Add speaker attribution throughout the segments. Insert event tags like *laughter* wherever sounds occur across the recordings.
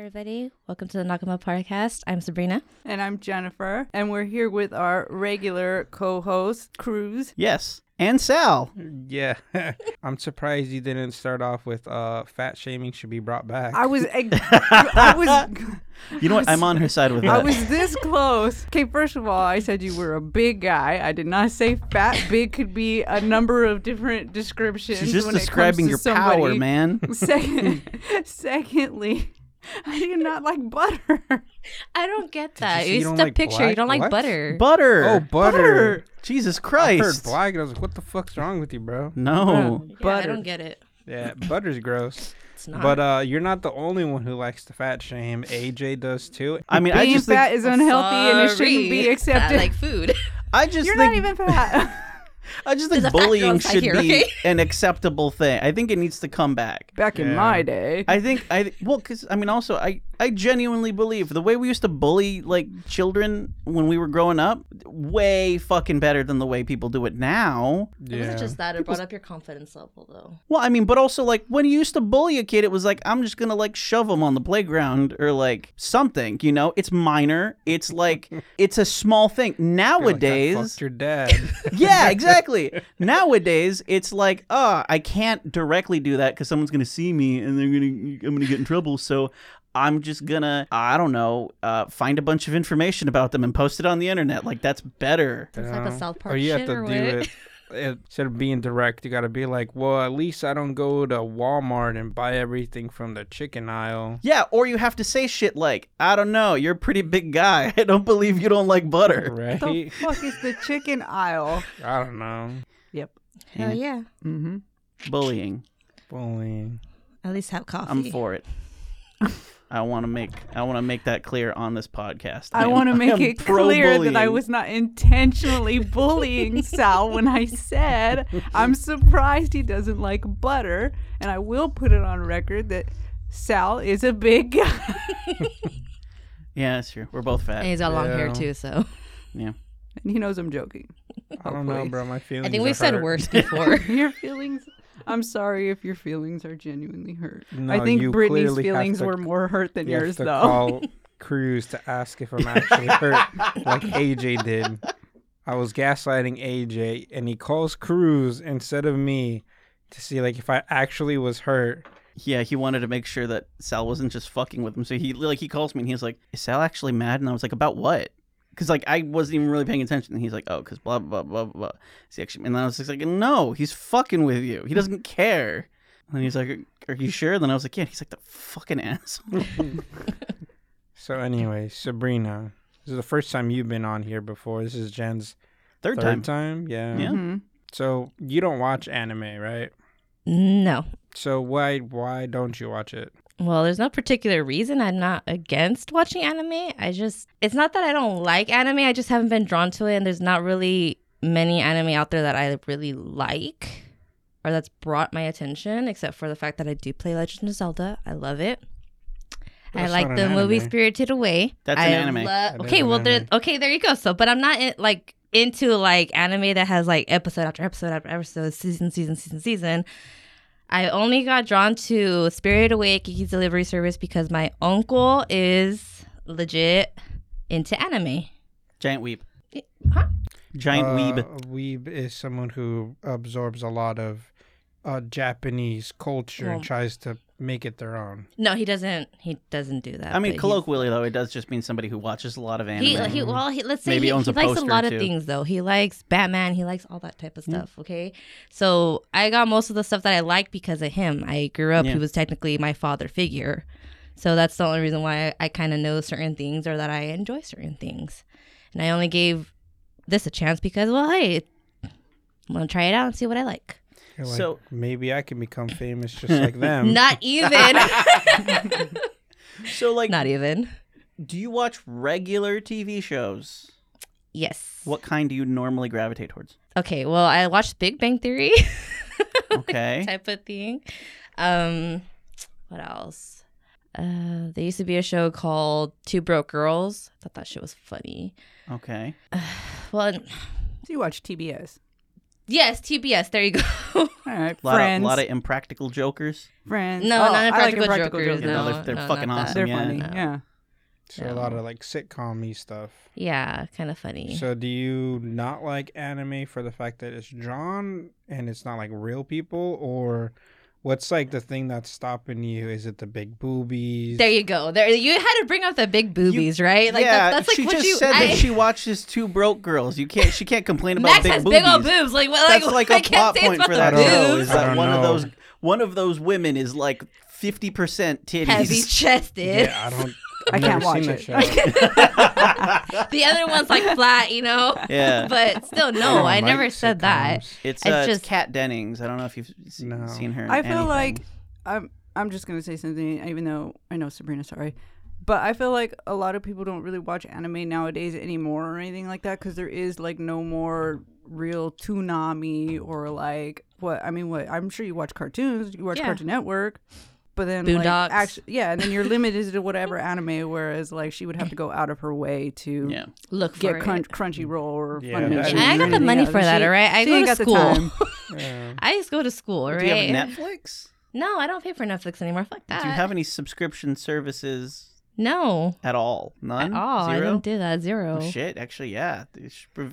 Speaker 1: everybody. Welcome to the Nakama Podcast. I'm Sabrina.
Speaker 2: And I'm Jennifer. And we're here with our regular co host, Cruz.
Speaker 3: Yes. And Sal.
Speaker 4: Yeah. *laughs* I'm surprised you didn't start off with uh fat shaming should be brought back.
Speaker 2: I was. I, I was.
Speaker 3: You know what? I'm on her side
Speaker 2: *laughs*
Speaker 3: with
Speaker 2: I
Speaker 3: that.
Speaker 2: was this close. Okay, first of all, I said you were a big guy. I did not say fat. Big could be a number of different descriptions.
Speaker 3: She's just
Speaker 2: when it comes
Speaker 3: describing
Speaker 2: to
Speaker 3: your
Speaker 2: somebody. *laughs*
Speaker 3: power, man. *laughs*
Speaker 2: Second, secondly, I do not like butter.
Speaker 1: I don't get that.
Speaker 4: say
Speaker 1: You,
Speaker 4: you don't
Speaker 1: the
Speaker 4: like
Speaker 1: picture. You
Speaker 4: black-
Speaker 1: don't like
Speaker 4: what?
Speaker 1: butter.
Speaker 3: butter.
Speaker 4: oh, butter.
Speaker 3: Jesus
Speaker 4: I
Speaker 3: Christ.
Speaker 4: heard black. and I was like, what the fuck's wrong with
Speaker 1: *laughs*
Speaker 4: you, bro?
Speaker 3: No.
Speaker 1: Yeah, I
Speaker 2: Butter.
Speaker 1: don't get it.
Speaker 4: Yeah, butter's gross.
Speaker 1: It's not.
Speaker 4: But uh you're not the only one who likes the fat shame. AJ does too.
Speaker 3: I mean, I
Speaker 2: Being
Speaker 3: just
Speaker 2: fat
Speaker 3: think,
Speaker 2: is unhealthy and it shouldn't be
Speaker 1: Sorry. *laughs*
Speaker 2: accepted.
Speaker 1: Not like
Speaker 2: *laughs*
Speaker 1: food.
Speaker 3: I just
Speaker 2: You're
Speaker 3: think
Speaker 2: not even fat. *laughs*
Speaker 3: I just
Speaker 1: There's a
Speaker 3: think
Speaker 1: fat girl
Speaker 3: bullying
Speaker 1: inside
Speaker 3: should
Speaker 1: here,
Speaker 3: be
Speaker 1: okay?
Speaker 3: an acceptable thing. I think it needs to come back.
Speaker 2: Back in
Speaker 4: Yeah.
Speaker 2: my day.
Speaker 3: I think I well, because I mean, also I I genuinely believe the way we used to bully like children when we were growing up, way fucking better than the way people do it now.
Speaker 1: It
Speaker 4: Yeah.
Speaker 1: wasn't just that. It brought up your confidence level, though.
Speaker 3: Well, I mean, but also like when you used to bully a kid, it was like I'm just gonna like shove him on the playground or like something. You know, it's minor. It's
Speaker 4: *laughs*
Speaker 3: like it's a small thing.
Speaker 4: You're like, "I
Speaker 3: Nowadays,
Speaker 4: fucked
Speaker 1: *laughs*
Speaker 4: your dad.
Speaker 3: *laughs* yeah, exactly.
Speaker 4: *laughs*
Speaker 3: Nowadays, it's like, oh, I can't directly do that because someone's gonna see me and they're gonna, I'm gonna get in trouble. So I'm just gonna, I don't know, uh, find a bunch of information about them and post it on the internet. Like that's better.
Speaker 1: It's like
Speaker 4: know?
Speaker 1: a South Park
Speaker 4: Or Oh, you
Speaker 1: shit
Speaker 4: have to
Speaker 1: or
Speaker 4: do
Speaker 1: what?
Speaker 4: it. Instead of being direct, you got to be like, well, at least I don't go to Walmart and buy everything from the chicken aisle.
Speaker 3: Yeah, or you have to say shit like, I don't know, you're a pretty big guy. *laughs* I don't believe you don't like butter.
Speaker 4: Right?
Speaker 2: the fuck is the chicken aisle?
Speaker 4: I don't know.
Speaker 2: Yep.
Speaker 1: Hell Oh, yeah.
Speaker 2: Mm-hmm.
Speaker 3: Bullying.
Speaker 4: Bullying.
Speaker 1: At least have coffee.
Speaker 3: I'm for it. I want to make I want to make that clear on this podcast.
Speaker 2: I
Speaker 3: am-
Speaker 2: want to make
Speaker 3: am
Speaker 2: it clear that I
Speaker 3: pro-bullying.
Speaker 2: was not intentionally
Speaker 4: *laughs*
Speaker 2: bullying Sal when I said I'm surprised he doesn't like butter, and I will put it on record that Sal is a big guy. *laughs*
Speaker 3: Yeah, that's true. We're both fat.
Speaker 1: And he's got long hair
Speaker 4: Yeah.
Speaker 1: too, so
Speaker 3: Yeah.
Speaker 2: And he knows I'm joking.
Speaker 4: I don't know,
Speaker 2: Hopefully.
Speaker 4: bro. My feelings.
Speaker 1: I think
Speaker 4: are
Speaker 1: we've said
Speaker 4: hurt. *laughs*
Speaker 1: worse before.
Speaker 2: Your feelings. I'm sorry if your feelings are genuinely hurt.
Speaker 4: No,
Speaker 2: I think
Speaker 4: you
Speaker 2: Brittany's
Speaker 4: clearly have
Speaker 2: feelings
Speaker 4: to-
Speaker 2: were more hurt than
Speaker 4: You have
Speaker 2: yours,
Speaker 4: to
Speaker 2: though.
Speaker 4: call Cruz to ask if I'm actually hurt, like AJ did. I was gaslighting AJ, and he calls Cruz instead of me to see like if I actually was hurt.
Speaker 3: Yeah, he wanted to make sure that Sal wasn't just fucking with him. So he like he calls me and he's like, "Is Sal actually mad?" And I was like, "About what?" Because like I wasn't even really paying attention. And he's like, "Oh, because blah blah blah blah." blah. Is he actually? And I was just like, "No, he's fucking with you. He doesn't care." And then he's like, "Are you sure?" And then I was like, "Yeah." He's like the fucking asshole.
Speaker 4: So anyway, Sabrina, this is the first time you've been on here before. This is Jen's
Speaker 3: Third,
Speaker 4: third,
Speaker 3: time.
Speaker 4: time. Yeah.
Speaker 3: Yeah.
Speaker 2: Mhm.
Speaker 4: So you don't watch anime, right?
Speaker 1: no.
Speaker 4: So why why don't you watch it?
Speaker 1: Well, there's no particular reason I'm not against watching anime. I just, it's not that I don't like anime, I just haven't been drawn to it. And there's not really many anime out there that I really like or that's brought my attention, except for the fact that I do play Legend of Zelda. I love it. I
Speaker 4: That's
Speaker 1: like
Speaker 4: not
Speaker 1: the
Speaker 4: an
Speaker 1: movie
Speaker 4: anime.
Speaker 1: Spirited Away.
Speaker 3: That's
Speaker 1: I
Speaker 3: an anime.
Speaker 1: lo-
Speaker 4: That is
Speaker 1: okay,
Speaker 4: an
Speaker 1: well, there.
Speaker 4: anime.
Speaker 1: Okay, there you go. So, but I'm not in, like into like anime that has like episode after episode after episode, season, season, season, season. I only got drawn to Spirited Away Kiki's Delivery Service because my uncle is legit into anime.
Speaker 3: Giant weeb.
Speaker 1: Huh?
Speaker 3: Giant
Speaker 4: Uh,
Speaker 3: weeb.
Speaker 4: Weeb is someone who absorbs a lot of uh, Japanese culture
Speaker 1: Well-
Speaker 4: and tries to make it their own.
Speaker 1: No, he doesn't. He doesn't do that.
Speaker 3: I mean,
Speaker 1: but he's-
Speaker 3: colloquially though, it does just mean somebody who watches a lot of anime.
Speaker 1: He, uh, he well he, let's say
Speaker 3: Maybe
Speaker 1: he,
Speaker 3: owns
Speaker 1: he
Speaker 3: a
Speaker 1: likes a
Speaker 3: poster,
Speaker 1: lot of
Speaker 3: too. Hmm.
Speaker 1: things though he likes batman he likes all that type of stuff okay so i got most of the stuff that i like because of him i grew up he
Speaker 3: Yeah.
Speaker 1: was technically my father figure so that's the only reason why i, I kind of know certain things or that i enjoy certain things and i only gave this a chance because well hey i'm gonna try it out and see what i like
Speaker 4: You're like,
Speaker 3: So-
Speaker 4: maybe I can become famous just like
Speaker 1: *laughs*
Speaker 3: Um, *laughs*
Speaker 4: them.
Speaker 1: not even
Speaker 3: so like,
Speaker 1: not even
Speaker 3: do you watch regular TV shows?
Speaker 1: yes
Speaker 3: What kind do you normally
Speaker 1: *laughs*
Speaker 3: gravitate towards?
Speaker 1: okay well i watched big bang theory
Speaker 3: Okay.
Speaker 1: *laughs* type of thing. Um, what else? Uh, there used to be a show called Two Broke Girls. I thought that shit was funny.
Speaker 3: Okay.
Speaker 1: Well,
Speaker 2: So you watch TBS.
Speaker 1: Yes, TBS. There you go. *laughs*
Speaker 2: All right,
Speaker 3: A lot, of,
Speaker 2: friends.
Speaker 3: lot of impractical jokers.
Speaker 2: friends.
Speaker 1: No,
Speaker 2: Oh,
Speaker 1: not
Speaker 2: I like
Speaker 1: Impractical
Speaker 2: Impractical
Speaker 1: Jokers,
Speaker 3: Yeah, no,
Speaker 1: no,
Speaker 3: they're, they're
Speaker 1: no,
Speaker 3: fucking
Speaker 1: not that.
Speaker 3: awesome.
Speaker 2: They're
Speaker 3: yeah.
Speaker 2: funny.
Speaker 1: No.
Speaker 2: Yeah.
Speaker 4: So a lot of like sitcom stuff.
Speaker 1: yeah, kind of funny.
Speaker 4: So do you not like anime for the fact that it's drawn and it's not like real people or what's like the thing that's stopping you? Is it the big boobies?
Speaker 1: there you go. There, you had to bring up the big boobies, right? Like
Speaker 3: yeah,
Speaker 1: that, that's like
Speaker 3: she
Speaker 1: what
Speaker 3: just
Speaker 1: you.
Speaker 3: said
Speaker 1: I,
Speaker 3: that she watches two broke girls. You can't. She can't complain about
Speaker 1: Max
Speaker 3: big
Speaker 1: has
Speaker 3: boobies.
Speaker 1: big old boobs. Like, well,
Speaker 3: That's
Speaker 1: like, *laughs*
Speaker 3: like,
Speaker 1: I
Speaker 3: a
Speaker 1: can't
Speaker 3: plot
Speaker 1: say it's
Speaker 3: point
Speaker 1: about
Speaker 3: for
Speaker 1: the
Speaker 3: that
Speaker 4: I don't
Speaker 3: show.
Speaker 1: boobs.
Speaker 3: Is that
Speaker 4: I don't
Speaker 3: one of
Speaker 4: know.
Speaker 3: those? One of those women is like fifty percent *laughs*
Speaker 1: Heavy
Speaker 3: titties.
Speaker 1: chested.
Speaker 4: Yeah,
Speaker 1: *laughs*
Speaker 4: I don't.
Speaker 2: I
Speaker 4: I've
Speaker 2: can't
Speaker 4: never
Speaker 2: watch
Speaker 4: seen
Speaker 2: it.
Speaker 4: That show.
Speaker 1: The other one's like flat, you know.
Speaker 3: Yeah.
Speaker 1: *laughs* But still, no,
Speaker 2: Oh,
Speaker 4: don't
Speaker 1: I
Speaker 4: like
Speaker 1: never said that.
Speaker 4: sitcoms.
Speaker 3: It's,
Speaker 1: It's
Speaker 3: uh,
Speaker 1: just-
Speaker 3: just Kat Dennings. I don't know if you've se-
Speaker 4: No.
Speaker 3: seen her. in
Speaker 2: I feel
Speaker 3: anything.
Speaker 2: like I'm I'm just gonna say something, even though I know Sabrina, sorry, but I feel like a lot of people don't really watch anime nowadays anymore or anything like that because there is like no more real Toonami or like what I mean. What I'm sure you watch cartoons, you watch
Speaker 1: Yeah.
Speaker 2: Cartoon Network. But then,
Speaker 1: Boondocks.
Speaker 2: like, actually, yeah, and
Speaker 1: *laughs*
Speaker 2: then you're limited to whatever anime. Whereas, like, she would have to go out of her way to
Speaker 3: yeah.
Speaker 1: Look for
Speaker 2: get
Speaker 1: it.
Speaker 2: crunch, Crunchyroll or
Speaker 4: Yeah,
Speaker 2: Funimation.
Speaker 4: that
Speaker 1: And I got
Speaker 4: is
Speaker 1: the
Speaker 4: really-
Speaker 1: money
Speaker 2: Yeah,
Speaker 1: for that,
Speaker 2: she-
Speaker 1: all right. I
Speaker 2: she
Speaker 1: go
Speaker 2: ain't
Speaker 1: to
Speaker 2: got the
Speaker 1: school.
Speaker 2: time.
Speaker 4: Yeah.
Speaker 1: I just go to school,
Speaker 3: Do you
Speaker 1: right?
Speaker 3: have Netflix?
Speaker 1: no, I don't pay for Netflix anymore. Fuck that.
Speaker 3: Do you have any subscription services
Speaker 1: no.
Speaker 3: at all? None.
Speaker 1: At all. I
Speaker 3: Zero.
Speaker 1: didn't do that. Zero.
Speaker 3: Oh, shit. Actually, yeah. It's pre-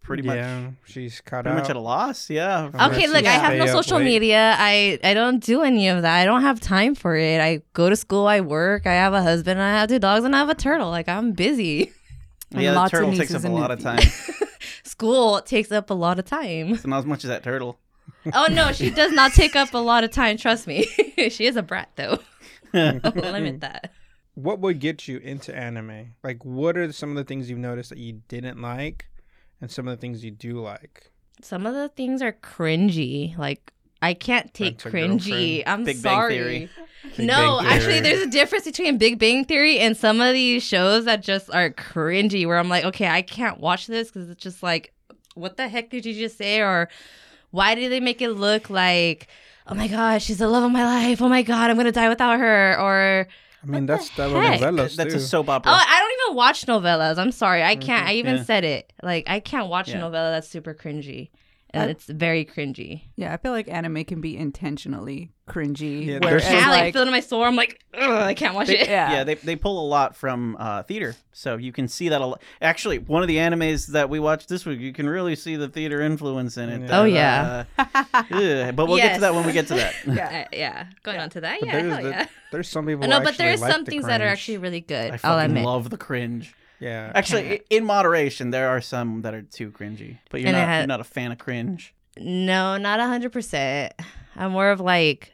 Speaker 3: Pretty much.
Speaker 4: Yeah, she's caught
Speaker 3: Pretty
Speaker 4: out.
Speaker 3: much at a loss. Yeah.
Speaker 4: I'm
Speaker 1: Okay,
Speaker 4: gonna
Speaker 1: look, I
Speaker 2: stay
Speaker 1: have no
Speaker 4: up
Speaker 1: social
Speaker 4: late.
Speaker 1: media. I, I don't do any of that. I don't have time for it. I go to school, I work, I have a husband, I have two dogs, and I have a turtle. Like, I'm busy. *laughs*
Speaker 3: yeah, the
Speaker 2: Lots of
Speaker 3: turtle takes
Speaker 2: nieces
Speaker 3: up a
Speaker 2: and
Speaker 3: lot of time.
Speaker 2: nephews.
Speaker 1: School takes up a lot of time.
Speaker 3: It's not as much as that turtle.
Speaker 1: Oh, no, she does not take up a lot of time. Trust me. *laughs* she is a brat,
Speaker 3: *laughs*
Speaker 1: though. I'll limit that.
Speaker 4: What would get you into anime? Like, what are some of the things you've noticed that you didn't like, and some of the things you do like?
Speaker 1: Some of the things are cringy. Like, I can't take
Speaker 4: That's a
Speaker 1: cringy.
Speaker 4: girlfriend.
Speaker 1: I'm
Speaker 3: Big Bang
Speaker 1: sorry.
Speaker 3: Theory.
Speaker 4: Big
Speaker 1: no,
Speaker 4: Bang
Speaker 1: actually,
Speaker 4: Theory.
Speaker 1: there's a difference between Big Bang Theory and some of these shows that just are cringy, where I'm like, okay, I can't watch this because it's just like, what the heck did you just say? Or why did they make it look like, oh my God, she's the love of my life. Oh my God, I'm going to die without her. Or,
Speaker 4: I mean, *laughs* that's
Speaker 1: *laughs*
Speaker 4: that
Speaker 1: heck?
Speaker 4: novellas
Speaker 3: That's
Speaker 4: too.
Speaker 3: a soap
Speaker 1: oh,
Speaker 3: opera.
Speaker 1: I don't even watch novellas. I'm sorry. I
Speaker 4: Mm-hmm.
Speaker 1: can't. I even
Speaker 3: Yeah.
Speaker 1: said it. Like, I can't watch
Speaker 3: Yeah.
Speaker 1: a novella that's super cringy. And
Speaker 2: I-
Speaker 1: it's very cringy.
Speaker 2: Yeah, I feel like anime can be intentionally cringy.
Speaker 4: Yeah,
Speaker 2: whereas,
Speaker 4: there's some-
Speaker 1: Now, like,
Speaker 2: like,
Speaker 1: feeling my soul, I'm like, Ugh, I can't watch it.
Speaker 2: yeah,
Speaker 3: yeah, they, they pull a lot from uh, theater, so you can see that a lot. Actually, one of the animes that we watched this week, you can really see the theater influence in it.
Speaker 4: Yeah.
Speaker 1: Oh, yeah.
Speaker 3: Uh, *laughs* ugh, but we'll get
Speaker 1: Yes.
Speaker 3: to that when we get
Speaker 1: *laughs*
Speaker 3: to that.
Speaker 1: Uh, yeah. Going on to that.
Speaker 4: But
Speaker 1: yeah.
Speaker 4: there's
Speaker 1: hell
Speaker 4: the-
Speaker 1: yeah.
Speaker 4: There's some people.
Speaker 1: no,
Speaker 4: who
Speaker 1: but there's
Speaker 4: actually like
Speaker 1: some
Speaker 4: the
Speaker 1: things that are
Speaker 4: cringe.
Speaker 1: actually really good.
Speaker 3: I fucking
Speaker 1: I'll admit.
Speaker 3: love the cringe.
Speaker 4: Yeah.
Speaker 3: Actually, i- in moderation, there are some that are too cringy, but you're
Speaker 1: And it
Speaker 3: not
Speaker 1: had-
Speaker 3: you're not a fan of cringe.
Speaker 1: no, not hundred percent. I'm more of like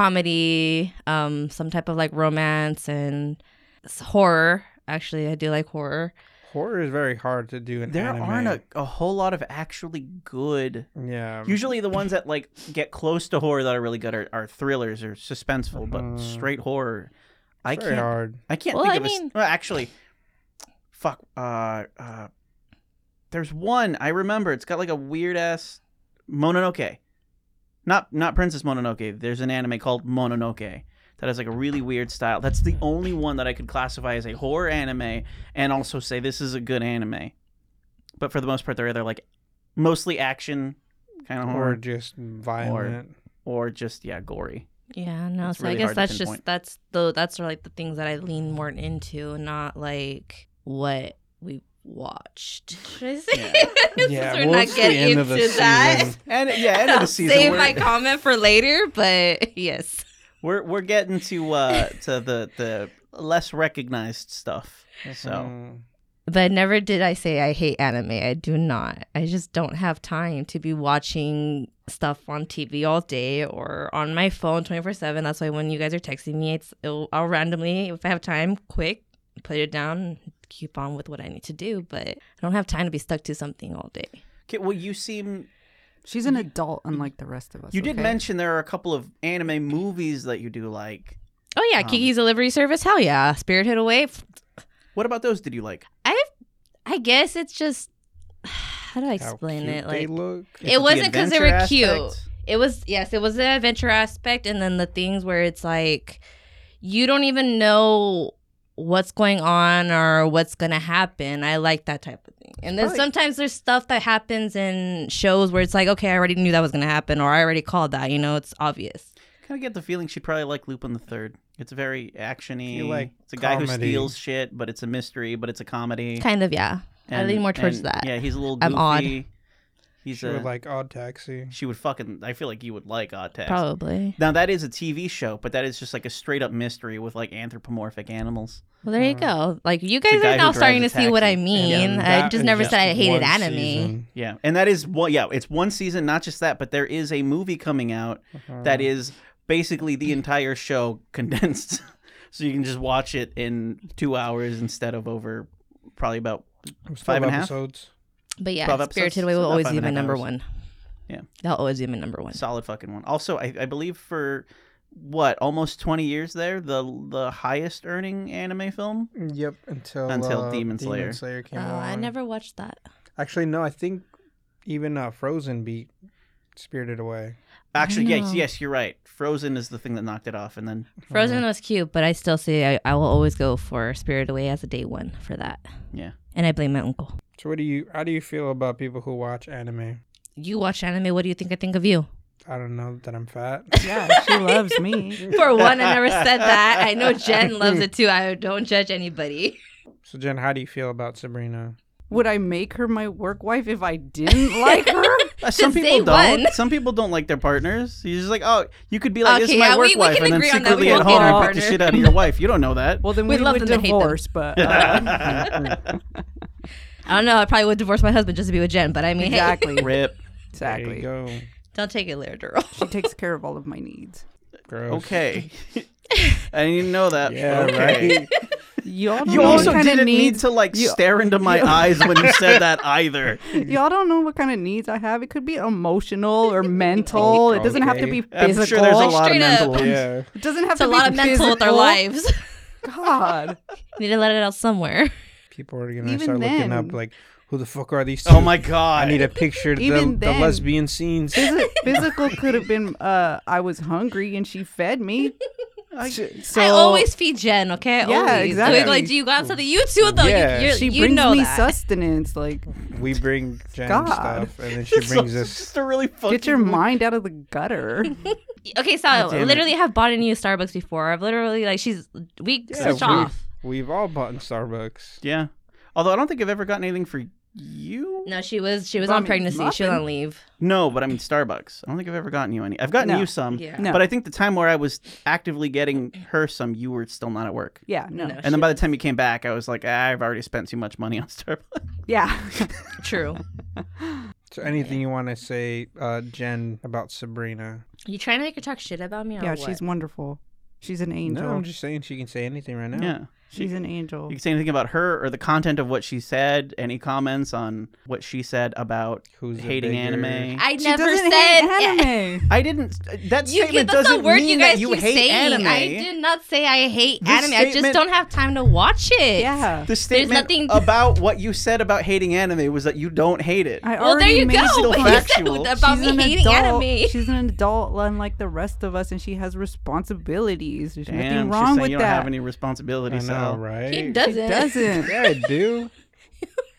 Speaker 1: comedy, um, some type of like romance and s- horror. Actually, I do like horror.
Speaker 4: Horror is very hard to do in
Speaker 3: There
Speaker 4: anime.
Speaker 3: aren't a, a whole lot of actually good
Speaker 4: Yeah.
Speaker 3: Usually the ones that like get close to horror that are really good are, are thrillers or suspenseful,
Speaker 4: Mhm.
Speaker 3: but straight horror. I
Speaker 4: it's very
Speaker 3: can't.
Speaker 4: hard.
Speaker 3: I can't
Speaker 1: Well,
Speaker 3: think
Speaker 1: I
Speaker 3: of a. s-
Speaker 1: mean-
Speaker 3: well, actually, fuck. Uh, uh, there's one I remember. It's got like a weird ass Mononoke. Not not Princess Mononoke. There's an anime called Mononoke that has like a really weird style. That's the only one that I could classify as a horror anime and also say this is a good anime. But for the most part, they're either like mostly action kind of
Speaker 4: Or
Speaker 3: horror
Speaker 4: just violent.
Speaker 3: or just yeah gory.
Speaker 1: Yeah, no.
Speaker 3: It's
Speaker 1: so
Speaker 3: really
Speaker 1: I guess
Speaker 3: hard to
Speaker 1: that's just
Speaker 3: pinpoint.
Speaker 1: that's the that's like the things that I lean more into, not like what we watched. Should I say?
Speaker 3: Yeah.
Speaker 1: *laughs* Since
Speaker 4: yeah.
Speaker 1: we're
Speaker 4: well,
Speaker 1: not
Speaker 4: it's the
Speaker 1: getting
Speaker 4: end of
Speaker 1: into
Speaker 4: the
Speaker 1: that.
Speaker 4: season.
Speaker 1: *laughs*
Speaker 3: And yeah, end of the
Speaker 1: I'll
Speaker 3: season.
Speaker 1: save
Speaker 3: we're,
Speaker 1: my comment for later, but *laughs* yes.
Speaker 3: we're we're getting to
Speaker 4: *laughs*
Speaker 3: uh to the the less recognized stuff. So
Speaker 4: Mhm.
Speaker 1: But never did I say I hate anime. I do not. I just don't have time to be watching stuff on TV all day or on my phone 24 7. That's why when you guys are texting me, it's it'll, I'll randomly, if I have time, quick, put it down and keep on with what I need to do. But I don't have time to be stuck to something all day.
Speaker 3: okay, well, you seem
Speaker 2: she's an adult, unlike the rest of us.
Speaker 3: you did
Speaker 2: okay?
Speaker 3: mention there are a couple of anime movies that you do like.
Speaker 1: Oh, yeah.
Speaker 3: Um,
Speaker 1: Kiki's Delivery Service. Hell yeah. Spirited Away. F-
Speaker 3: What about those? Did you like?
Speaker 1: I guess it's just, *sighs* how do I
Speaker 4: How
Speaker 1: explain
Speaker 4: cute
Speaker 1: it?
Speaker 4: they
Speaker 1: Like,
Speaker 4: look.
Speaker 1: It
Speaker 3: Is the
Speaker 1: wasn't 'cause they were
Speaker 3: adventure
Speaker 1: cute.
Speaker 3: aspect?
Speaker 1: it was yes it was the adventure aspect and then the things where it's like you don't even know what's going on or what's gonna happen. I like that type of thing. And then
Speaker 2: probably-
Speaker 1: sometimes there's stuff that happens in shows where it's like, okay, I already knew that was gonna happen or I already called that. You know, it's obvious.
Speaker 3: Kind of get the feeling she probably like Lupin the Third. It's very actiony.
Speaker 4: You like
Speaker 3: it's a guy who
Speaker 4: comedy.
Speaker 3: steals shit, but it's a mystery, but it's a comedy.
Speaker 1: Kind of, yeah. I
Speaker 3: And-
Speaker 1: lean more towards
Speaker 3: and,
Speaker 1: that.
Speaker 3: Yeah, he's a little. Goofy.
Speaker 1: I'm odd.
Speaker 3: He's
Speaker 4: She
Speaker 3: a,
Speaker 4: would like Odd Taxi.
Speaker 3: She would fucking. I feel like you would like Odd Taxi.
Speaker 1: Probably.
Speaker 3: Now that is a TV show, but that is just like a straight up mystery with like anthropomorphic animals.
Speaker 1: Well, there you go. Like you guys
Speaker 3: Uh, guy
Speaker 1: are
Speaker 3: who
Speaker 1: now starting to
Speaker 3: drives a
Speaker 1: see what I
Speaker 3: taxi.
Speaker 1: mean.
Speaker 4: And
Speaker 1: I
Speaker 4: that
Speaker 1: just
Speaker 4: is
Speaker 1: never said I hated
Speaker 4: one
Speaker 1: anime.
Speaker 4: season.
Speaker 3: Yeah, and that is one. Yeah, it's one season. Not just that, but there is a movie coming out
Speaker 4: Mm.
Speaker 3: that is basically the entire show *laughs* condensed, so you can just watch it in two hours instead of over probably about
Speaker 4: It was
Speaker 3: Five
Speaker 4: 12
Speaker 3: and a half?
Speaker 4: episodes.
Speaker 1: But
Speaker 3: Twelve
Speaker 1: yeah,
Speaker 3: episodes,
Speaker 1: Spirited Away
Speaker 3: so
Speaker 1: will
Speaker 3: about
Speaker 1: always
Speaker 3: five
Speaker 1: be
Speaker 3: and
Speaker 1: my
Speaker 3: a half
Speaker 1: number
Speaker 3: hours.
Speaker 1: one.
Speaker 3: Yeah.
Speaker 1: That'll always be my number one.
Speaker 3: solid fucking one. Also, I, I believe for what almost twenty years there, the the highest earning anime film.
Speaker 4: Yep, until
Speaker 3: Until
Speaker 4: uh,
Speaker 3: Demon Slayer.
Speaker 1: Oh,
Speaker 4: came out.
Speaker 1: I never watched that.
Speaker 4: Actually, no. I think even uh, Frozen beat Spirited Away.
Speaker 3: Actually, yes,
Speaker 1: know.
Speaker 3: yes, you're right. Frozen is the thing that knocked it off, and then
Speaker 1: Frozen was cute, but I still say I, I will always go for Spirited Away as a day one for that.
Speaker 3: Yeah.
Speaker 1: And I blame my uncle.
Speaker 4: So, what do you? How do you feel about people who watch anime?
Speaker 1: You watch anime, what do you think I think of
Speaker 2: *laughs*
Speaker 1: you?
Speaker 4: I don't know that I'm fat.
Speaker 2: Yeah, she loves me.
Speaker 1: For one, I never said that. I know Jen loves it too. I don't judge anybody.
Speaker 4: so, Jen, how do you feel about Sabrina?
Speaker 2: Would I make her my work wife if I didn't like her?
Speaker 1: *laughs*
Speaker 3: Uh, some
Speaker 1: Just
Speaker 3: people
Speaker 1: say
Speaker 3: don't.
Speaker 1: one.
Speaker 3: Some people don't like their partners. You're just like, oh, you could be like, this is
Speaker 1: Okay,
Speaker 3: my
Speaker 1: yeah, we-
Speaker 3: work
Speaker 1: we
Speaker 3: wife,
Speaker 1: can
Speaker 3: and then
Speaker 1: agree on that.
Speaker 3: secretly
Speaker 1: We
Speaker 3: at
Speaker 1: won't be
Speaker 3: home
Speaker 1: our
Speaker 3: you beat the
Speaker 1: partner.
Speaker 3: shit out of your wife. You don't
Speaker 1: *laughs*
Speaker 3: know that.
Speaker 2: Well, then
Speaker 1: We'd
Speaker 2: we
Speaker 1: love them
Speaker 2: would
Speaker 1: to hate them.
Speaker 2: divorce, but uh,
Speaker 3: *laughs*
Speaker 2: *laughs*
Speaker 1: I don't know. I probably would divorce my husband just to be with Jen, but I mean, hey,
Speaker 2: exactly,
Speaker 3: Rip.
Speaker 4: There you
Speaker 2: exactly.
Speaker 4: go.
Speaker 1: *laughs* don't take it literal. *laughs*
Speaker 2: She takes care of all of my needs.
Speaker 4: Gross.
Speaker 3: Okay. I didn't know that.
Speaker 4: Yeah.
Speaker 3: okay.
Speaker 4: Right.
Speaker 2: Y'all
Speaker 1: *laughs*
Speaker 2: don't
Speaker 3: You
Speaker 2: know
Speaker 3: also
Speaker 2: what kind of
Speaker 3: didn't need
Speaker 2: needs.
Speaker 3: to like
Speaker 2: you-
Speaker 3: stare into my eyes when you said
Speaker 1: *laughs*
Speaker 3: that either.
Speaker 2: Y'all don't know what kind of needs I have. It could be emotional
Speaker 3: *laughs*
Speaker 2: or mental. It doesn't have to be
Speaker 3: I'm
Speaker 2: physical.
Speaker 3: sure there's a lot of
Speaker 1: Straight
Speaker 3: mental
Speaker 1: up.
Speaker 3: ones.
Speaker 4: Yeah.
Speaker 2: It doesn't have
Speaker 1: It's
Speaker 2: to
Speaker 1: a
Speaker 2: be
Speaker 1: lot of mental
Speaker 2: physical.
Speaker 1: with our
Speaker 2: *laughs*
Speaker 1: lives.
Speaker 2: God.
Speaker 1: Need to let it out somewhere.
Speaker 4: People are gonna
Speaker 2: Even
Speaker 4: start looking
Speaker 2: then-
Speaker 4: up like, who the fuck are these? Two?
Speaker 3: Oh my god.
Speaker 4: I
Speaker 3: *laughs*
Speaker 4: need a picture of the,
Speaker 2: Even
Speaker 4: the
Speaker 2: then-
Speaker 4: lesbian
Speaker 1: *laughs*
Speaker 4: scenes.
Speaker 2: Physi- physical could have been uh I was hungry and she fed me. so
Speaker 1: I always feed Jen, okay?
Speaker 2: Yeah,
Speaker 1: always.
Speaker 2: exactly.
Speaker 1: Like, do you got something? You too, though.
Speaker 4: Yeah.
Speaker 1: You, you're,
Speaker 2: she
Speaker 1: you
Speaker 2: brings
Speaker 1: know
Speaker 2: me
Speaker 1: that.
Speaker 2: sustenance. Like
Speaker 4: We bring Jen
Speaker 2: God.
Speaker 4: stuff, and then she brings us.
Speaker 3: just a really fucking.
Speaker 2: get your mind out of the gutter.
Speaker 1: *laughs* Okay, so I
Speaker 3: damn it.
Speaker 1: literally have bought a new Starbucks before. I've literally like she's we switch off.
Speaker 4: we, we've all bought in Starbucks.
Speaker 3: Yeah. Although I don't think I've ever gotten anything for you.
Speaker 1: No, she was she was on
Speaker 2: Mommy,
Speaker 1: pregnancy. She was
Speaker 2: muffin?
Speaker 1: on leave.
Speaker 3: No, but I mean Starbucks. I don't think I've ever gotten you any. I've gotten
Speaker 2: No.
Speaker 3: you some,
Speaker 1: Yeah.
Speaker 2: No.
Speaker 3: but I think the time where I was actively getting her some, you were still not at work.
Speaker 2: Yeah, no.
Speaker 1: No.
Speaker 3: And then by the time you came back, I was like, "Ah, I've already spent too much money on *laughs* Starbucks.
Speaker 2: Yeah.
Speaker 1: *laughs*
Speaker 2: *laughs*
Speaker 1: True.
Speaker 4: So, anything you want to say, uh, Jen, about Sabrina?
Speaker 1: You trying to make her talk shit about me? Or
Speaker 2: yeah,
Speaker 1: what?
Speaker 2: she's wonderful. She's an angel.
Speaker 4: No, I'm just saying she can say anything right now.
Speaker 3: Yeah.
Speaker 2: she's an angel.
Speaker 3: You can say anything about her or the content of what she said, any comments on what she said about
Speaker 4: Who's the
Speaker 3: hating
Speaker 4: bigger-
Speaker 3: anime. I,
Speaker 1: I
Speaker 2: She
Speaker 1: never
Speaker 2: doesn't
Speaker 1: said.
Speaker 2: hate anime.
Speaker 3: didn't. uh, That
Speaker 1: You
Speaker 3: statement
Speaker 1: get that's
Speaker 3: doesn't
Speaker 1: the word
Speaker 3: mean
Speaker 1: you guys
Speaker 3: that you
Speaker 1: keep
Speaker 3: hate
Speaker 1: saying.
Speaker 3: anime.
Speaker 1: I did not say I hate
Speaker 3: This
Speaker 1: anime. I just
Speaker 3: statement-
Speaker 1: don't have time to watch *laughs* it.
Speaker 2: yeah.
Speaker 3: The statement
Speaker 1: nothing-
Speaker 3: about what you said about hating anime was that you don't hate it.
Speaker 2: I
Speaker 1: Well, there
Speaker 2: already
Speaker 1: you
Speaker 2: made
Speaker 1: go. *laughs*
Speaker 3: still
Speaker 1: But you said
Speaker 3: factual.
Speaker 1: about
Speaker 2: She's
Speaker 1: me
Speaker 2: an
Speaker 1: hating
Speaker 2: adult.
Speaker 1: anime.
Speaker 2: She's an adult, unlike the rest of us, and she has responsibilities. There's
Speaker 3: Damn,
Speaker 2: nothing
Speaker 3: she's
Speaker 2: wrong
Speaker 3: saying
Speaker 2: with
Speaker 3: you don't
Speaker 2: that.
Speaker 3: have any
Speaker 4: I
Speaker 3: responsibility,
Speaker 4: know,
Speaker 3: Sal.
Speaker 4: right?
Speaker 1: He doesn't.
Speaker 2: She
Speaker 1: *laughs*
Speaker 2: doesn't.
Speaker 4: Yeah, I do.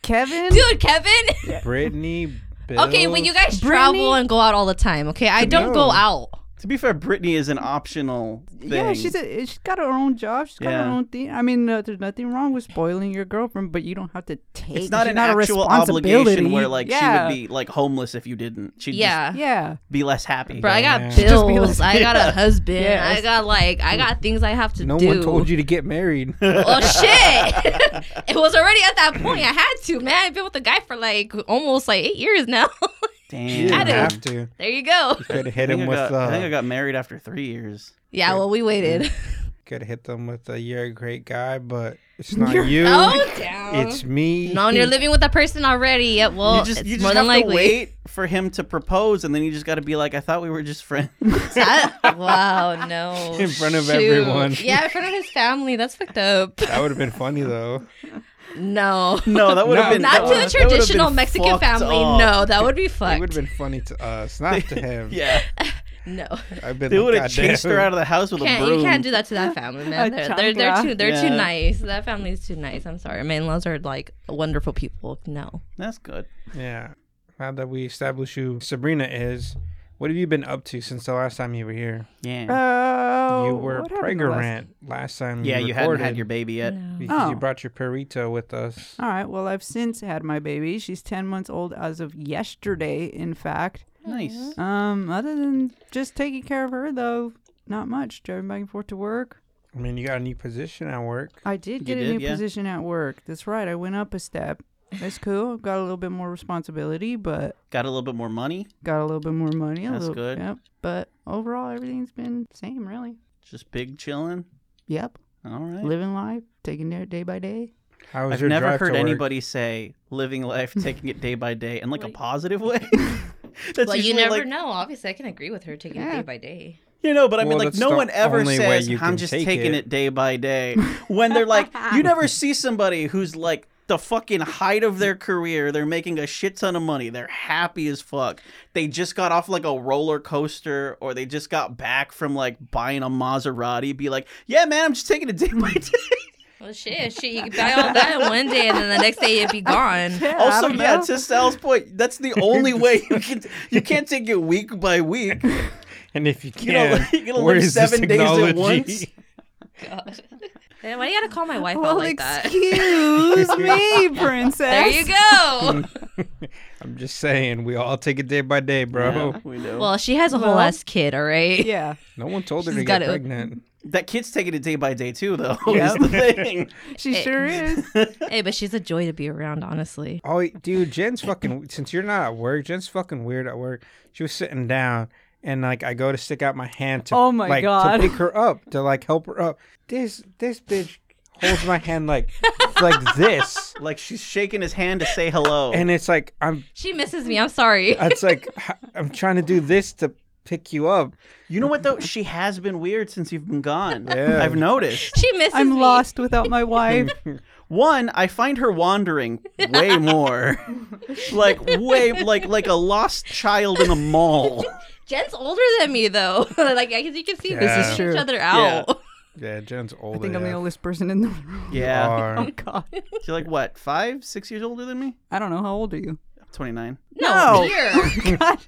Speaker 2: Kevin,
Speaker 1: Dude, Kevin.
Speaker 4: Brittany. Bill,
Speaker 1: Okay, well, you guys
Speaker 2: Brittany-
Speaker 1: travel and go out all the time. Okay, I don't go
Speaker 4: No.
Speaker 1: out.
Speaker 3: To be fair, Britney is an optional thing.
Speaker 2: yeah, she's a, she's got her own job. She's got her
Speaker 3: Yeah.
Speaker 2: own thing. I mean, uh, there's nothing wrong with spoiling your girlfriend, but you don't have to take.
Speaker 3: it's not
Speaker 2: she's
Speaker 3: an
Speaker 2: a
Speaker 3: actual
Speaker 2: responsibility.
Speaker 3: obligation where like
Speaker 2: yeah.
Speaker 3: she would be like homeless if you didn't. She'd
Speaker 1: Yeah.
Speaker 2: be. Yeah,
Speaker 3: just be less happy.
Speaker 1: Bro, I got
Speaker 4: Yeah.
Speaker 2: Just be
Speaker 1: bills.
Speaker 2: like-
Speaker 1: I got a husband.
Speaker 2: Yeah.
Speaker 1: I got like I got things I have to
Speaker 4: No
Speaker 1: do.
Speaker 4: one told you to
Speaker 3: *laughs*
Speaker 4: get married.
Speaker 1: Oh shit! *laughs* it was already at that point. I had to, man. I've been with a guy for like almost like eight years now. *laughs*
Speaker 4: you didn't
Speaker 1: I
Speaker 3: Damn.
Speaker 1: didn't
Speaker 4: have to.
Speaker 1: there you go.
Speaker 4: Could have
Speaker 3: I
Speaker 4: hit
Speaker 3: think
Speaker 4: him
Speaker 3: I
Speaker 4: with.
Speaker 3: got- I think I
Speaker 4: Uh,
Speaker 3: got married after three years.
Speaker 1: Yeah, well, we waited.
Speaker 4: could have hit them with. Uh, you're a great guy, but it's not
Speaker 2: You're-
Speaker 4: you.
Speaker 1: *laughs* Oh, down.
Speaker 4: It's me.
Speaker 1: no, and you're living with that person already. Yeah, well,
Speaker 3: you just
Speaker 1: it's
Speaker 3: you just
Speaker 1: more
Speaker 3: have
Speaker 1: than likely.
Speaker 3: to wait for him to propose, and then you just got to be like, I thought we were
Speaker 1: *laughs*
Speaker 3: just friends.
Speaker 1: *laughs* That- wow, no.
Speaker 4: In front of
Speaker 1: Shoot.
Speaker 4: everyone.
Speaker 1: Yeah, in front of his family. That's fucked up.
Speaker 4: That would have been funny though.
Speaker 1: No.
Speaker 3: no, that would have
Speaker 4: No.
Speaker 3: been
Speaker 1: Not
Speaker 3: that
Speaker 1: to
Speaker 3: would-
Speaker 1: the
Speaker 3: that would have been
Speaker 1: traditional Mexican
Speaker 3: fucked
Speaker 1: family.
Speaker 3: up.
Speaker 1: No, that would be
Speaker 4: It
Speaker 1: fucked.
Speaker 3: *laughs*
Speaker 4: would have been funny to us, not to him.
Speaker 3: Yeah,
Speaker 1: No,
Speaker 4: I've been
Speaker 3: They
Speaker 4: like,
Speaker 3: would have
Speaker 4: "Goddamn."
Speaker 3: chased her out of the house with a
Speaker 1: can't,
Speaker 3: broom.
Speaker 1: you can't do that to that
Speaker 2: *laughs*
Speaker 1: family, man. They're, they're, they're too they're too
Speaker 3: Yeah.
Speaker 1: nice. That family's too nice. I'm sorry. My in-laws are like wonderful people. No,
Speaker 3: That's good.
Speaker 4: Yeah. Now that we establish who Sabrina is, what have you been up to since the last time you were here?
Speaker 3: Yeah.
Speaker 2: Oh,
Speaker 4: you were
Speaker 2: what happened the last-
Speaker 4: pregnant last... time.
Speaker 3: yeah,
Speaker 4: you
Speaker 3: you hadn't
Speaker 4: recorded
Speaker 3: had your baby yet.
Speaker 1: no.
Speaker 4: because you
Speaker 2: Oh.
Speaker 4: brought your perrito with us.
Speaker 2: All right. Well, I've since had my baby. She's ten months old as of yesterday. In fact,
Speaker 3: Nice.
Speaker 2: um, other than just taking care of her, though, not much. Driving back and forth to work.
Speaker 4: I mean, you got a new position at work.
Speaker 2: I did get a
Speaker 3: did,
Speaker 2: new
Speaker 3: yeah.
Speaker 2: position at work. That's right. I went up a step. That's cool. Got a little bit more responsibility, but
Speaker 3: Got a little bit more money.
Speaker 2: got a little bit more money. A
Speaker 3: That's
Speaker 2: little,
Speaker 3: good.
Speaker 2: Yep. But overall, everything's been same, really.
Speaker 3: Just big chilling.
Speaker 2: Yep.
Speaker 3: All right.
Speaker 2: Living life, taking it day by day.
Speaker 4: How was
Speaker 3: I've
Speaker 4: your
Speaker 3: never
Speaker 4: drive
Speaker 3: heard
Speaker 4: to work?
Speaker 3: anybody say
Speaker 1: *laughs*
Speaker 3: living life, taking it day by day in like a
Speaker 1: Like- *laughs*
Speaker 3: positive way. *laughs* That's
Speaker 1: Well, you
Speaker 3: usually,
Speaker 1: never
Speaker 3: like,
Speaker 1: know. Obviously, I can agree with her taking it
Speaker 2: Yeah.
Speaker 1: day by day.
Speaker 3: You know, but I
Speaker 4: Well,
Speaker 3: mean, like,
Speaker 4: that's
Speaker 3: no
Speaker 4: the
Speaker 3: one ever
Speaker 4: only way
Speaker 3: says,
Speaker 4: you
Speaker 3: I'm
Speaker 4: can
Speaker 3: just
Speaker 4: take
Speaker 3: taking
Speaker 4: it."
Speaker 3: it day by
Speaker 1: *laughs*
Speaker 3: day. When they're like, you never see somebody who's like the fucking height of their career. They're making a shit ton of money. They're happy as fuck. They just got off like a roller coaster or they just got back from like buying a Maserati. Be like, yeah, man, I'm just taking it day by *laughs* day.
Speaker 1: Well, shit, shit. You could buy all that in one day, and then the next day it'd be
Speaker 2: *laughs*
Speaker 1: gone.
Speaker 2: Yeah, I
Speaker 3: also,
Speaker 2: don't
Speaker 3: yeah,
Speaker 2: know.
Speaker 3: to Sal's point,
Speaker 2: *laughs*
Speaker 3: that's the only way you can you can't take it week by *laughs* week.
Speaker 4: And if you
Speaker 3: *laughs* You know,
Speaker 4: can,
Speaker 3: like, you know,
Speaker 4: where
Speaker 3: like
Speaker 4: is this
Speaker 3: seven days at
Speaker 4: technology?
Speaker 3: once.
Speaker 1: God. Damn, Why you gotta call my wife
Speaker 2: Well,
Speaker 1: out like that?
Speaker 2: excuse me, princess.
Speaker 1: There you go.
Speaker 4: *laughs* I'm just saying, we all take it day by day, bro.
Speaker 3: Yeah, we know.
Speaker 1: well, she has a whole
Speaker 2: Oh. Well-
Speaker 1: ass kid. All right.
Speaker 2: Yeah.
Speaker 4: No one told her
Speaker 1: She's
Speaker 4: to get
Speaker 1: gotta-
Speaker 4: pregnant.
Speaker 3: that kid's taking it day by day too, though. *laughs*
Speaker 2: Yeah.
Speaker 3: Is the thing. *laughs*
Speaker 2: She
Speaker 1: It-
Speaker 2: sure is.
Speaker 1: Hey, but she's a joy to be around. Honestly.
Speaker 4: Oh, dude, Jen's fucking. Since you're not at work, Jen's fucking weird at work. She was sitting down, and like I go to stick out my hand to,
Speaker 2: Oh my
Speaker 4: like,
Speaker 2: God.
Speaker 4: to pick her up to like help her up. This this bitch holds my hand like like this,
Speaker 3: Like she's shaking his hand to say hello.
Speaker 4: and it's like I'm
Speaker 1: She misses me. I'm sorry.
Speaker 4: it's like h- I'm trying to do this to pick you up.
Speaker 3: you know what though? She has been weird since you've been gone.
Speaker 4: Yeah.
Speaker 3: I've noticed.
Speaker 1: she misses me.
Speaker 2: I'm lost without *laughs* my wife.
Speaker 3: One, I find her wandering
Speaker 2: *laughs*
Speaker 3: way more. like way like like a lost child in
Speaker 2: *laughs*
Speaker 3: a mall.
Speaker 1: Jen's older than me though. *laughs* like as you can see, we
Speaker 4: This is
Speaker 1: see
Speaker 2: true.
Speaker 1: each other out. *laughs*
Speaker 4: Yeah, Jen's older.
Speaker 2: I think I'm the
Speaker 4: yeah.
Speaker 2: oldest person in the room.
Speaker 3: Yeah.
Speaker 4: Are.
Speaker 1: *laughs*
Speaker 2: Oh God.
Speaker 3: She's like what, five, six years older than me?
Speaker 2: I don't know how old are you. *laughs* Uh,
Speaker 3: Twenty nine.
Speaker 1: No,
Speaker 2: No.
Speaker 1: a *laughs* year.
Speaker 2: God.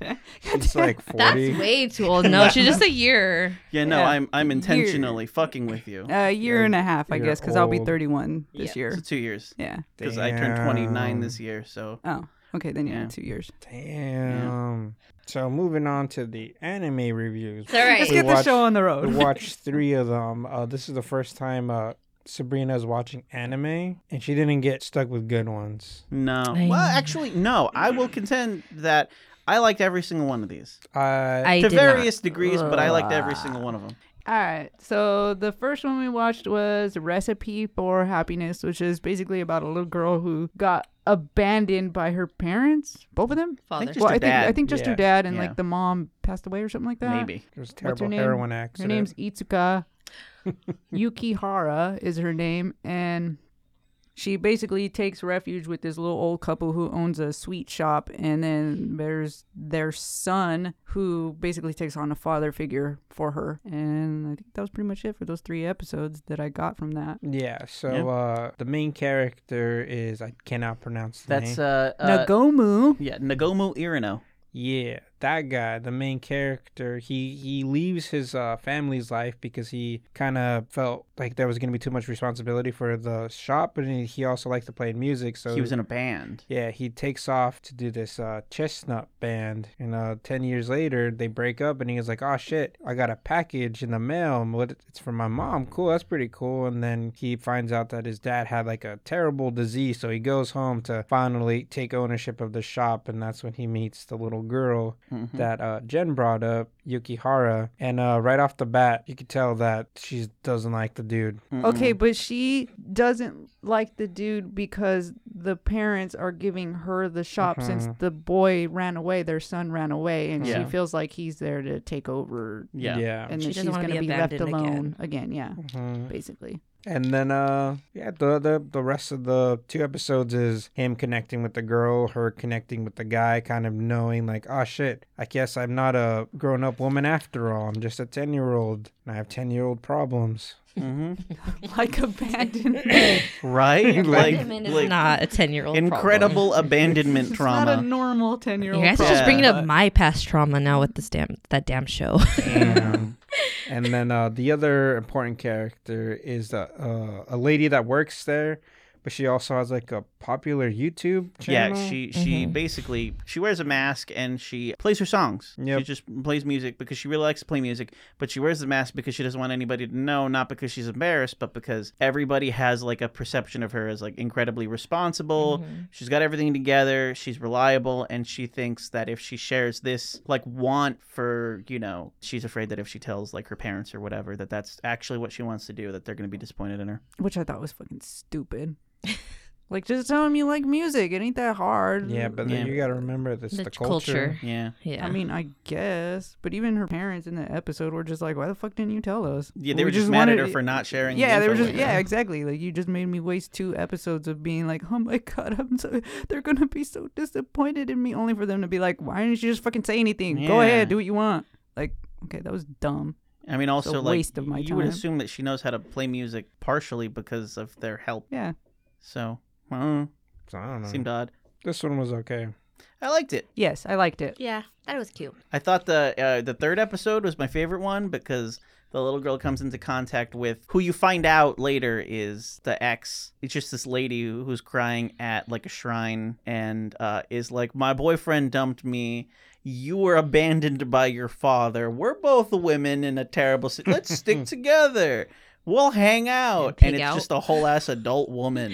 Speaker 4: She's like
Speaker 1: That's
Speaker 4: forty.
Speaker 1: way too old. No,
Speaker 3: *laughs*
Speaker 1: she's just a year.
Speaker 3: Yeah, no,
Speaker 2: Yeah.
Speaker 3: I'm I'm intentionally fucking with you.
Speaker 2: A year and a half, I
Speaker 4: You're
Speaker 2: guess, because I'll be
Speaker 4: old.
Speaker 2: 31 this
Speaker 1: Yeah.
Speaker 2: year.
Speaker 3: So two years.
Speaker 2: Yeah.
Speaker 3: Because I turned twenty nine this year, so
Speaker 2: Oh. Okay. Then yeah,
Speaker 3: Yeah.
Speaker 2: two years.
Speaker 4: Damn. So moving on to the anime reviews.
Speaker 1: It's all right.
Speaker 2: Let's
Speaker 4: We
Speaker 2: get the
Speaker 4: watched-
Speaker 2: show on the
Speaker 4: We
Speaker 2: road.
Speaker 4: watched three of them. Uh, this is the first time uh, Sabrina's watching anime, and she didn't get stuck with good ones.
Speaker 3: no.
Speaker 1: I-
Speaker 3: Well, actually, no. I will contend that I liked every single one of these.
Speaker 4: Uh,
Speaker 1: I
Speaker 3: to
Speaker 1: did not.
Speaker 3: various degrees, but I liked every single one of them.
Speaker 2: All right. So the first one we watched was Recipe for Happiness, which is basically about a little girl who got abandoned by her parents, both of them.
Speaker 3: I
Speaker 1: Father.
Speaker 3: think just
Speaker 2: well,
Speaker 3: her
Speaker 2: I think I
Speaker 3: dad.
Speaker 2: think just
Speaker 4: Yeah.
Speaker 2: her dad and
Speaker 3: Yeah.
Speaker 2: like the mom passed away or something like that.
Speaker 3: Maybe.
Speaker 4: it was
Speaker 2: What's
Speaker 4: a
Speaker 2: her
Speaker 4: terrible
Speaker 2: name?
Speaker 4: heroin
Speaker 2: Her
Speaker 4: accident.
Speaker 2: name's Itsuka. Yukihara is her name, and she basically takes refuge with this little old couple who owns a sweet shop, and then there's their son who basically takes on a father figure for her. And I think that was pretty much it for those three episodes that I got from that.
Speaker 4: yeah. So
Speaker 3: Yeah.
Speaker 4: Uh, the main character is I cannot pronounce the
Speaker 3: That's
Speaker 4: name.
Speaker 3: uh, uh
Speaker 2: Nagomu.
Speaker 3: yeah, Nagomu Irino.
Speaker 4: Yeah, that guy, the main character. He he leaves his uh, family's life because he kind of felt like there was gonna be too much responsibility for the shop, but he he also liked to play music. So
Speaker 3: He was in a band.
Speaker 4: Yeah, he takes off to do this uh, chestnut band, and uh, ten years later they break up, and he was like, "Oh shit, I got a package in the mail. and What? It's from my mom. Cool, that's pretty cool." And then he finds out that his dad had like a terrible disease, so he goes home to finally take ownership of the shop, and that's when he meets the little girl
Speaker 3: Mhm.
Speaker 4: that uh, Jen brought up, Yukihara, and uh, right off the bat you could tell that she doesn't like the dude.
Speaker 3: Mm-mm.
Speaker 2: Okay, but she doesn't like the dude because the parents are giving her the shop since
Speaker 4: Mhm.
Speaker 2: the boy ran away, their son ran away, and
Speaker 3: Mm-hmm. Yeah.
Speaker 2: she feels like he's there to take over
Speaker 3: Yeah.
Speaker 4: yeah.
Speaker 2: and
Speaker 1: She
Speaker 2: that
Speaker 1: doesn't
Speaker 2: she's
Speaker 1: wanna
Speaker 2: going to
Speaker 1: be
Speaker 2: be, left
Speaker 1: abandoned
Speaker 2: alone again. Yeah,
Speaker 4: Mhm.
Speaker 2: basically. *laughs*
Speaker 4: And then uh yeah, the, the the rest of the two episodes is him connecting with the girl, her connecting with the guy, kind of knowing like, oh shit, I guess I'm not a grown up woman after all. I'm just a ten year old and I have ten year old problems.
Speaker 3: hmm
Speaker 1: *laughs*
Speaker 2: like abandonment.
Speaker 3: Right? like,
Speaker 1: Women is
Speaker 3: like
Speaker 1: not a 10 year old.
Speaker 2: *laughs*
Speaker 3: incredible abandonment
Speaker 2: it's not a
Speaker 3: trauma.
Speaker 2: normal ten year
Speaker 1: You
Speaker 2: old.
Speaker 1: guys are just
Speaker 3: Yeah.
Speaker 1: bringing up my past trauma now with this damn that damn show. *laughs*
Speaker 4: *laughs* and, and then uh, the other important character is uh, uh, a lady that works there, but she also has like a popular YouTube
Speaker 3: yeah,
Speaker 4: channel.
Speaker 3: she she
Speaker 2: Mm-hmm.
Speaker 3: basically she wears a mask and she plays her songs.
Speaker 4: Yep.
Speaker 3: She just plays music because she really likes to play music, but she wears the mask because she doesn't want anybody to know, not because she's embarrassed, but because everybody has like a perception of her as like incredibly responsible.
Speaker 2: Mm-hmm.
Speaker 3: She's got everything together, she's reliable, and she thinks that if she shares this like want for, you know, she's afraid that if she tells like her parents or whatever that that's actually what she wants to do that they're going to be disappointed in her.
Speaker 2: which I thought was
Speaker 1: *laughs*
Speaker 2: fucking stupid. like, just tell him you like music. It ain't that hard.
Speaker 4: Yeah, but
Speaker 3: Yeah.
Speaker 4: then you got to remember this the,
Speaker 1: The
Speaker 4: culture.
Speaker 1: culture.
Speaker 3: Yeah.
Speaker 1: Yeah.
Speaker 2: I mean, I guess, but even her parents in the episode were just like, "Why the fuck didn't you tell us?"
Speaker 3: Yeah,
Speaker 2: We
Speaker 3: they were just, mad at
Speaker 2: wanted-
Speaker 3: her for not sharing. the
Speaker 2: Yeah, they were
Speaker 3: info
Speaker 2: just
Speaker 3: with
Speaker 2: yeah,
Speaker 3: her.
Speaker 2: exactly. Like you just made me waste two episodes of being like, "Oh my *laughs* god, I'm so they're gonna be so disappointed in me," only for them to be like, "Why didn't you just fucking say anything? Go
Speaker 3: Yeah.
Speaker 2: ahead, do what you want." Like, okay, that was dumb.
Speaker 3: I mean, also like
Speaker 2: waste of my
Speaker 3: you would
Speaker 2: time.
Speaker 3: assume that she knows how to play music partially because of their help.
Speaker 2: Yeah,
Speaker 3: So, I don't
Speaker 4: So I don't
Speaker 3: know.
Speaker 4: know.
Speaker 3: seemed odd.
Speaker 4: This one was okay.
Speaker 3: I liked it.
Speaker 2: yes, I liked it.
Speaker 1: yeah, that was cute.
Speaker 3: I thought the uh, the third episode was my favorite one because the little girl comes into contact with who you find out later is the ex. It's just this lady who- who's crying at like a shrine and uh, is like, "My boyfriend dumped me. You were abandoned by your father. We're both women in a terrible. Si- Let's
Speaker 1: *laughs*
Speaker 3: stick together. We'll hang out."
Speaker 1: pig
Speaker 3: And, it's
Speaker 1: out.
Speaker 3: just a whole ass adult woman.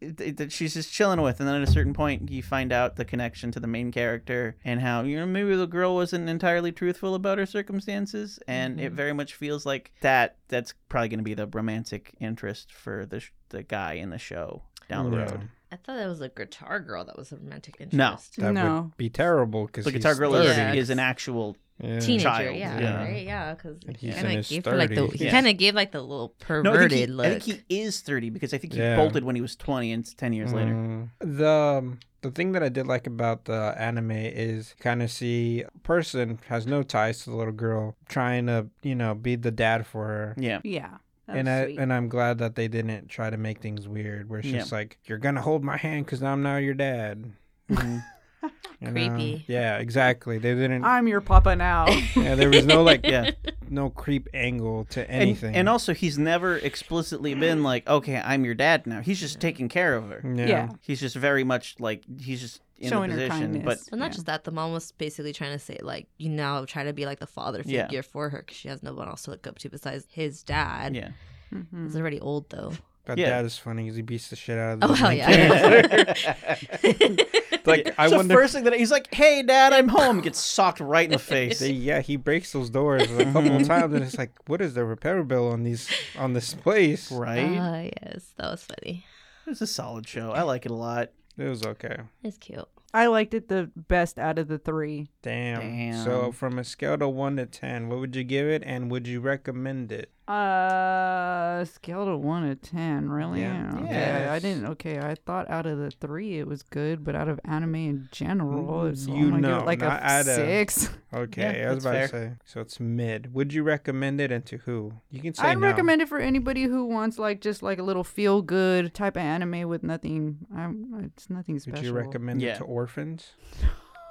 Speaker 3: it- it- that she's just chilling with and then at a certain point you find out the connection to the main character and how you know maybe the girl wasn't entirely truthful about her circumstances and
Speaker 4: Mm-hmm.
Speaker 3: it very much feels like that that's probably going to be the romantic interest for the sh- the guy in the show down the
Speaker 4: Yeah.
Speaker 3: road
Speaker 1: I thought that was a guitar girl that was a romantic interest.
Speaker 3: No.
Speaker 4: That
Speaker 2: No.
Speaker 4: would be terrible because
Speaker 3: the guitar girl
Speaker 1: is-
Speaker 3: is,
Speaker 1: Yeah.
Speaker 3: an actual
Speaker 4: yeah.
Speaker 1: Teenager,
Speaker 3: Child,
Speaker 1: yeah,
Speaker 4: yeah.
Speaker 1: right, yeah, because
Speaker 4: And
Speaker 1: he
Speaker 4: he's
Speaker 1: kind
Speaker 4: in
Speaker 1: of
Speaker 4: his
Speaker 1: gave her like the he
Speaker 3: 30s.
Speaker 1: kind of gave like the little
Speaker 3: no, I, think he,
Speaker 1: perverted
Speaker 3: I think
Speaker 1: look.
Speaker 3: he is 30 because i think he
Speaker 4: Yeah.
Speaker 3: bolted when he was 20 and it's 10 years later
Speaker 4: Mm. The the thing that I did like about the anime is kind of see a person has no ties to the little girl trying to you know be the dad for her.
Speaker 3: yeah
Speaker 2: Yeah, that
Speaker 4: and
Speaker 2: was
Speaker 4: I
Speaker 2: sweet.
Speaker 4: and I'm glad that they didn't try to make things weird. Where she's
Speaker 3: Yeah.
Speaker 4: just like, "You're gonna hold my hand because I'm now your dad."
Speaker 3: Mhm.
Speaker 4: You know?
Speaker 1: Creepy.
Speaker 4: Yeah, exactly. They didn't.
Speaker 2: I'm your papa now.
Speaker 3: *laughs*
Speaker 4: yeah, there was no like
Speaker 3: yeah
Speaker 4: no creep angle to
Speaker 3: And-
Speaker 4: *laughs* anything.
Speaker 3: And, also, he's never explicitly been like, "Okay, I'm your dad now." He's just taking care of her.
Speaker 4: yeah,
Speaker 2: yeah.
Speaker 3: He's just very much like he's just in
Speaker 2: Showing
Speaker 3: the
Speaker 2: her
Speaker 3: position.
Speaker 2: kindness.
Speaker 3: But
Speaker 1: Well, not
Speaker 2: Yeah.
Speaker 1: just that. The mom was basically trying to say, like, you know, try to be like the father
Speaker 3: Yeah.
Speaker 1: figure for her because she has no one else to look up to besides his dad.
Speaker 3: yeah,
Speaker 2: Mhm.
Speaker 1: He's already old
Speaker 3: *laughs*
Speaker 1: though. *laughs*
Speaker 4: that
Speaker 3: Yeah.
Speaker 4: dad is funny because he beats the shit out of. The
Speaker 1: Oh hell
Speaker 4: little
Speaker 3: *laughs*
Speaker 1: yeah!
Speaker 4: kid. like I
Speaker 3: so
Speaker 4: wonder.
Speaker 3: first thing that he's like, "Hey, dad, I'm home." Gets socked right *laughs* in the face.
Speaker 4: they- yeah, he breaks those doors a couple of times, and it's like, what is the repair bill on these on this place?
Speaker 3: right?
Speaker 1: Ah, yes, that was funny.
Speaker 3: it's a solid show. I like it a lot.
Speaker 4: It was okay.
Speaker 1: It's cute.
Speaker 2: I liked it the best out of the three.
Speaker 4: Damn.
Speaker 3: Damn.
Speaker 4: So from a scale to one to ten, what would you give it, and would you recommend it?
Speaker 2: Uh, scale to one to ten, really?
Speaker 4: Yeah.
Speaker 2: Okay,
Speaker 3: Yes.
Speaker 2: I didn't. Okay, I thought out of the three it was good, but out of anime in general,
Speaker 4: Mm,
Speaker 2: it's
Speaker 4: you
Speaker 2: I'm gonna give
Speaker 4: know,
Speaker 2: it like
Speaker 4: not
Speaker 2: a
Speaker 4: out of- *laughs*
Speaker 2: six.
Speaker 4: Okay,
Speaker 3: Yeah,
Speaker 4: I was about
Speaker 3: that's
Speaker 4: to say. So it's mid. Would you recommend it, and to who? You can say.
Speaker 2: I'd
Speaker 4: no.
Speaker 2: recommend it for anybody who wants like just like a little feel good type of anime with nothing. I'm, it's nothing
Speaker 4: Would
Speaker 2: special.
Speaker 4: you recommend
Speaker 3: Yeah.
Speaker 4: it to orphans?
Speaker 2: *laughs*
Speaker 4: *laughs*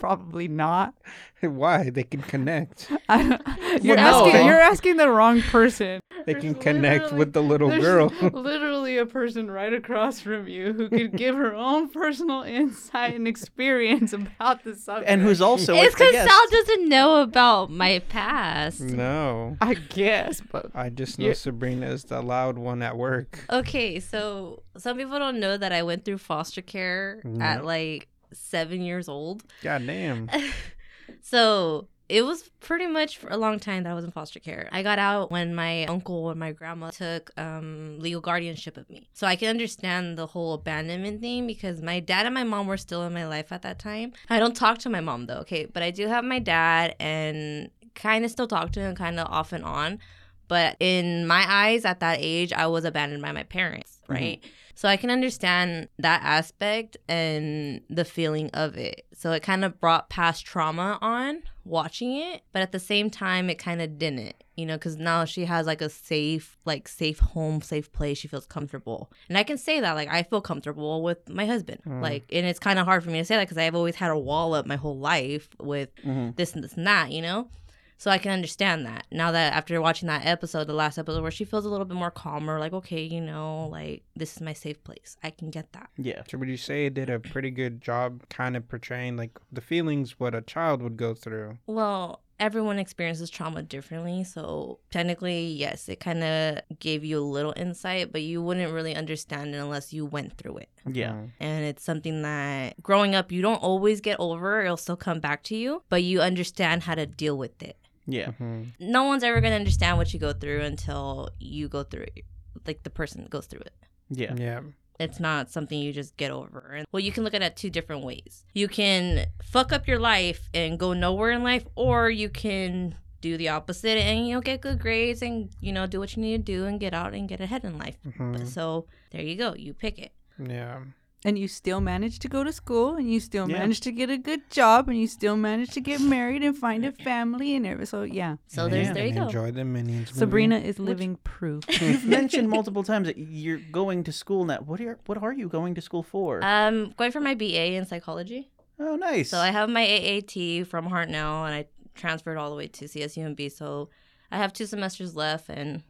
Speaker 2: Probably not. *laughs*
Speaker 4: Why? They can connect.
Speaker 2: I don't- you're
Speaker 3: no,
Speaker 2: asking.
Speaker 3: they-
Speaker 2: You're asking the wrong person.
Speaker 4: They
Speaker 2: There's
Speaker 4: can connect
Speaker 2: literally-
Speaker 4: with the little girl.
Speaker 3: *laughs*
Speaker 2: There's *laughs* literally a person right across from you who could give her own personal insight and experience about the subject.
Speaker 3: And who's also
Speaker 1: it's
Speaker 3: it's
Speaker 1: because
Speaker 3: yes.
Speaker 1: Sal doesn't know about my past.
Speaker 4: *laughs*
Speaker 3: Mm.
Speaker 4: no.
Speaker 2: I guess, but
Speaker 4: I just know
Speaker 2: You're-
Speaker 4: Sabrina is the loud one at work.
Speaker 1: Okay, so some people don't know that I went through foster care
Speaker 4: Yeah.
Speaker 1: at like seven years old.
Speaker 4: God damn.
Speaker 1: *laughs* so it was pretty much for a long time that I was in foster care. I got out when my uncle and my grandma took um, legal guardianship of me. So I can understand the whole abandonment thing because my dad and my mom were still in my life at that time. I don't talk to my mom though, okay? But I do have my dad and kind of still talk to him kind of off and on. But in my eyes, at that age, I was abandoned by my parents, right? So I can understand that aspect and the feeling of it. So it kind of brought past trauma on watching it, but at the same time, it kind of didn't, you know, because now she has like a safe, like safe home, safe place. She feels comfortable. And I can say that, like, I feel comfortable with my husband.
Speaker 4: Mm.
Speaker 1: Like, and it's kind of hard for me to say that because I've always had a wall up my whole life with
Speaker 3: hmm
Speaker 1: this and this and that, you know? So I can understand that. Now that after watching that episode, the last episode where she feels a little bit more calmer, like, okay, you know, like this is my safe place. I can get that.
Speaker 3: Yeah.
Speaker 4: So would you say it did a pretty good job kind of portraying like the feelings what a child would go through?
Speaker 1: Well, everyone experiences trauma differently. So technically, yes, it kind of gave you a little insight, but you wouldn't really understand it unless you went through it.
Speaker 3: Yeah.
Speaker 4: Mm,
Speaker 1: And it's something that growing up, you don't always get over. It'll still come back to you, but you understand how to deal with it.
Speaker 3: Yeah.
Speaker 4: Mhm.
Speaker 1: no one's ever going to understand what you go through until you go through it like the person goes through it
Speaker 3: Yeah.
Speaker 4: Yeah.
Speaker 1: it's not something you just get over and well you can look at it two different ways you can fuck up your life and go nowhere in life or you can do the opposite and you'll get good grades and you know do what you need to do and get out and get ahead in life
Speaker 4: Mhm.
Speaker 1: so there you go you pick it
Speaker 4: Yeah.
Speaker 2: And you still manage to go to school, and you still
Speaker 3: Yeah.
Speaker 2: manage to get a good job, and you still manage to get married and
Speaker 3: *laughs*
Speaker 2: find a family and everything. So yeah,
Speaker 1: so
Speaker 4: And
Speaker 1: there's
Speaker 4: they-
Speaker 1: there you
Speaker 4: and
Speaker 1: go
Speaker 4: Enjoy the minions. movie.
Speaker 2: Sabrina is living
Speaker 3: *laughs*
Speaker 2: proof.
Speaker 3: You've mentioned multiple times that you're going to school now. What are what are you going to school for?
Speaker 1: um going for my ba in psychology
Speaker 3: oh, nice.
Speaker 1: So I have my AAT from Hartnell, and I transferred all the way to CSUMB. So I have two semesters left, and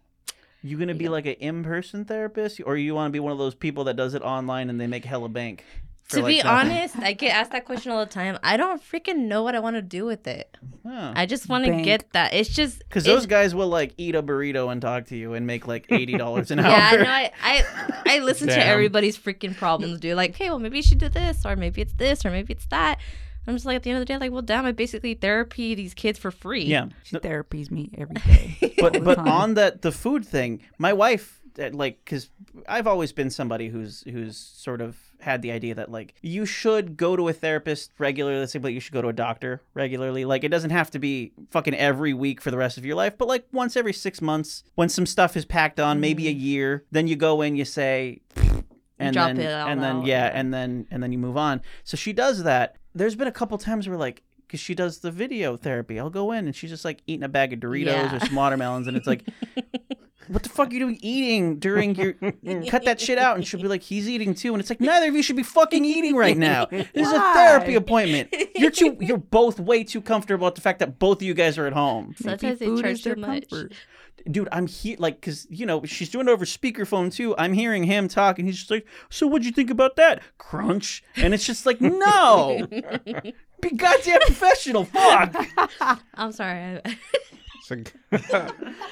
Speaker 3: you gonna be
Speaker 1: Yeah.
Speaker 3: like an in-person therapist, or you want to be one of those people that does it online and they make hella bank? for,
Speaker 1: to
Speaker 3: like,
Speaker 1: be
Speaker 3: nothing?
Speaker 1: honest, I get asked that question all the time. I don't freaking know what I want to do with it.
Speaker 3: Oh.
Speaker 1: I just want to
Speaker 2: Bank.
Speaker 1: get that. It's just
Speaker 3: Because
Speaker 1: it's-
Speaker 3: those guys will like eat a burrito and talk to you and
Speaker 1: *laughs*
Speaker 3: make like eighty dollars an hour.
Speaker 1: Yeah,
Speaker 3: *laughs*
Speaker 1: I know. I I, I listen to
Speaker 4: Damn.
Speaker 1: everybody's freaking problems, dude. Like, hey, well, maybe you should do this, or maybe it's this, or maybe it's that. I'm just like at the end of the day, like, well, damn, I basically therapy these kids for free. *laughs*
Speaker 3: Yeah.
Speaker 2: She therapies me every day. all
Speaker 3: *laughs* but
Speaker 2: the
Speaker 3: but
Speaker 2: time.
Speaker 3: on that the food thing, my wife uh, like because I've always been somebody who's who's sort of had the idea that like you should go to a therapist regularly. Let's say, but you should go to a doctor regularly. Like it doesn't have to be fucking every week for the rest of your life, but like once every six months, when some stuff is packed on, maybe a year, then you go in, you say. And
Speaker 1: Mm. drop
Speaker 3: then,
Speaker 1: it all
Speaker 3: and then
Speaker 1: out,
Speaker 3: yeah,
Speaker 1: yeah.
Speaker 3: and then and then you move on. So she does that. There's been a couple times where like, because she does the video therapy, I'll go in and she's just like eating a bag of Doritos
Speaker 1: Yeah.
Speaker 3: or some watermelons, and it's like, what the fuck are you doing eating during your cut that shit out and she'll be like he's eating too and it's like neither of you should be fucking eating right now this is a
Speaker 2: Why?
Speaker 3: therapy appointment you're too you're both way too comfortable at the fact that both of you guys are at home
Speaker 1: Sometimes they
Speaker 2: Food
Speaker 1: charge
Speaker 2: is their
Speaker 1: too much.
Speaker 2: comfort.
Speaker 3: dude i'm here like because you know she's doing it over speakerphone too i'm hearing him talk and he's just like so what'd you think about that crunch and it's just
Speaker 1: *laughs*
Speaker 3: like no be goddamn professional fuck
Speaker 1: I'm sorry. *laughs*
Speaker 4: So, *laughs*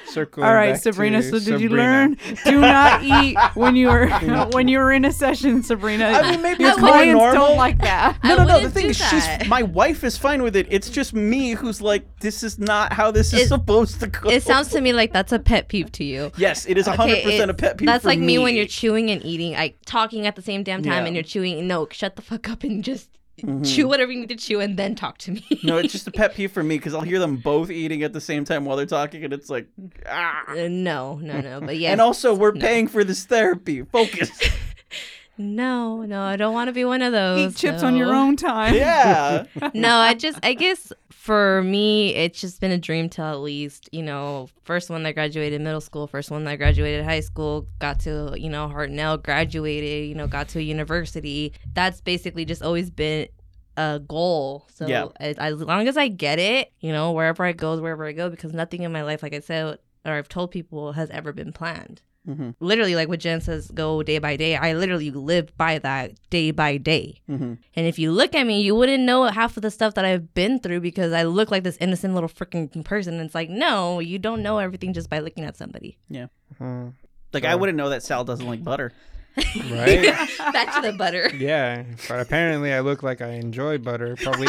Speaker 4: circling
Speaker 2: All right,
Speaker 4: back
Speaker 2: Sabrina.
Speaker 4: to
Speaker 2: So did you
Speaker 4: Sabrina.
Speaker 2: learn? Do not eat when you
Speaker 3: *laughs*
Speaker 2: were *laughs* when you were in a session, Sabrina.
Speaker 3: I mean, maybe
Speaker 2: Your
Speaker 3: it's more
Speaker 2: clients
Speaker 3: normal.
Speaker 2: don't like
Speaker 1: *laughs*
Speaker 2: that.
Speaker 1: I
Speaker 3: No, no, no. The
Speaker 1: wouldn't
Speaker 3: thing
Speaker 1: do
Speaker 3: is,
Speaker 1: that.
Speaker 3: she's my wife is fine with it. It's just me who's like, this is not how this is
Speaker 1: It-
Speaker 3: supposed to go.
Speaker 1: It sounds to me like that's a pet peeve to you.
Speaker 3: Yes, it is hundred percent a
Speaker 1: it's-
Speaker 3: pet peeve.
Speaker 1: That's
Speaker 3: for
Speaker 1: like me. when you're chewing and eating, like talking at the same damn time,
Speaker 3: Yeah. Mm-hmm.
Speaker 1: and you're chewing. No, shut the fuck up and just chew whatever you need to chew, and then talk to me.
Speaker 3: no, it's just a pet peeve for me because I'll hear them both eating at the same time while they're talking, and it's like, ah.
Speaker 1: *laughs* Uh, no, no, no.
Speaker 3: *laughs*
Speaker 1: But yeah,
Speaker 3: And also, we're paying for this therapy. Focus.
Speaker 1: *laughs* no, no. I don't want to be one of those.
Speaker 2: Eat chips on your
Speaker 1: no.
Speaker 2: own
Speaker 1: *laughs*
Speaker 2: time. *laughs*
Speaker 3: yeah.
Speaker 1: no, I just, I guess for me, it's just been a dream till at least, you know, first one that graduated middle school, first one that graduated high school, got to, you know, Hartnell, graduated, you know, got to a university. That's basically just always been a goal. So
Speaker 3: Yeah.
Speaker 1: as, as long as I get it, you know, wherever I go, is wherever I go, because nothing in my life, like I said, or I've told people, has ever been planned
Speaker 3: hmm
Speaker 1: literally like what Jen says, go day by day. I literally live by that day by day.
Speaker 3: Mhm.
Speaker 1: And if you look at me, you wouldn't know half of the stuff that I've been through because I look like this innocent little freaking person. And it's like, no, you don't know everything just by looking at somebody.
Speaker 4: Mhm.
Speaker 3: Like I wouldn't know that Sal doesn't like *laughs* butter.
Speaker 4: Right?
Speaker 1: *laughs* Back to the butter.
Speaker 4: yeah. But apparently, I look like I enjoy butter.
Speaker 2: *laughs*
Speaker 4: Probably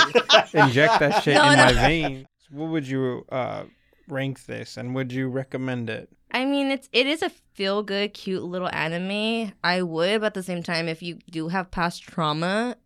Speaker 4: inject that shit
Speaker 1: No,
Speaker 4: in
Speaker 1: no.
Speaker 4: my vein. What would you uh, rank this, and would you recommend it?
Speaker 1: I mean, it's it is a feel good, cute little anime. I would, but at the same time, if you do have past trauma,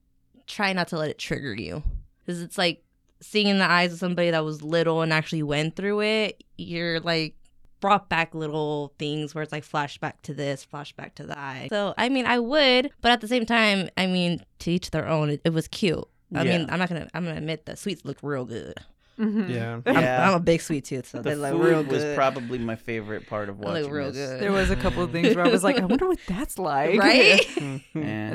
Speaker 1: try not to let it trigger you, because it's like seeing in the eyes of somebody that was little and actually went through it. You're like, brought back little things where it's like flashback to this, flashback to that. So I mean, I would, but at the same time, I mean, to each their own. It, it was cute. I
Speaker 3: Yeah.
Speaker 1: mean, I'm not gonna. I'm gonna admit the sweets look real good.
Speaker 2: Mhm.
Speaker 4: Yeah.
Speaker 1: I'm,
Speaker 3: Yeah.
Speaker 1: I'm a big sweet tooth, so
Speaker 3: the
Speaker 1: they look
Speaker 3: food
Speaker 1: real
Speaker 3: was
Speaker 1: good.
Speaker 3: probably my favorite part of
Speaker 1: They look
Speaker 3: watching
Speaker 1: real
Speaker 3: this.
Speaker 2: There was a couple of things where I was like, I wonder what that's
Speaker 1: *laughs*
Speaker 2: like,
Speaker 3: *laughs*
Speaker 1: right?
Speaker 4: Hmm.
Speaker 3: Yeah.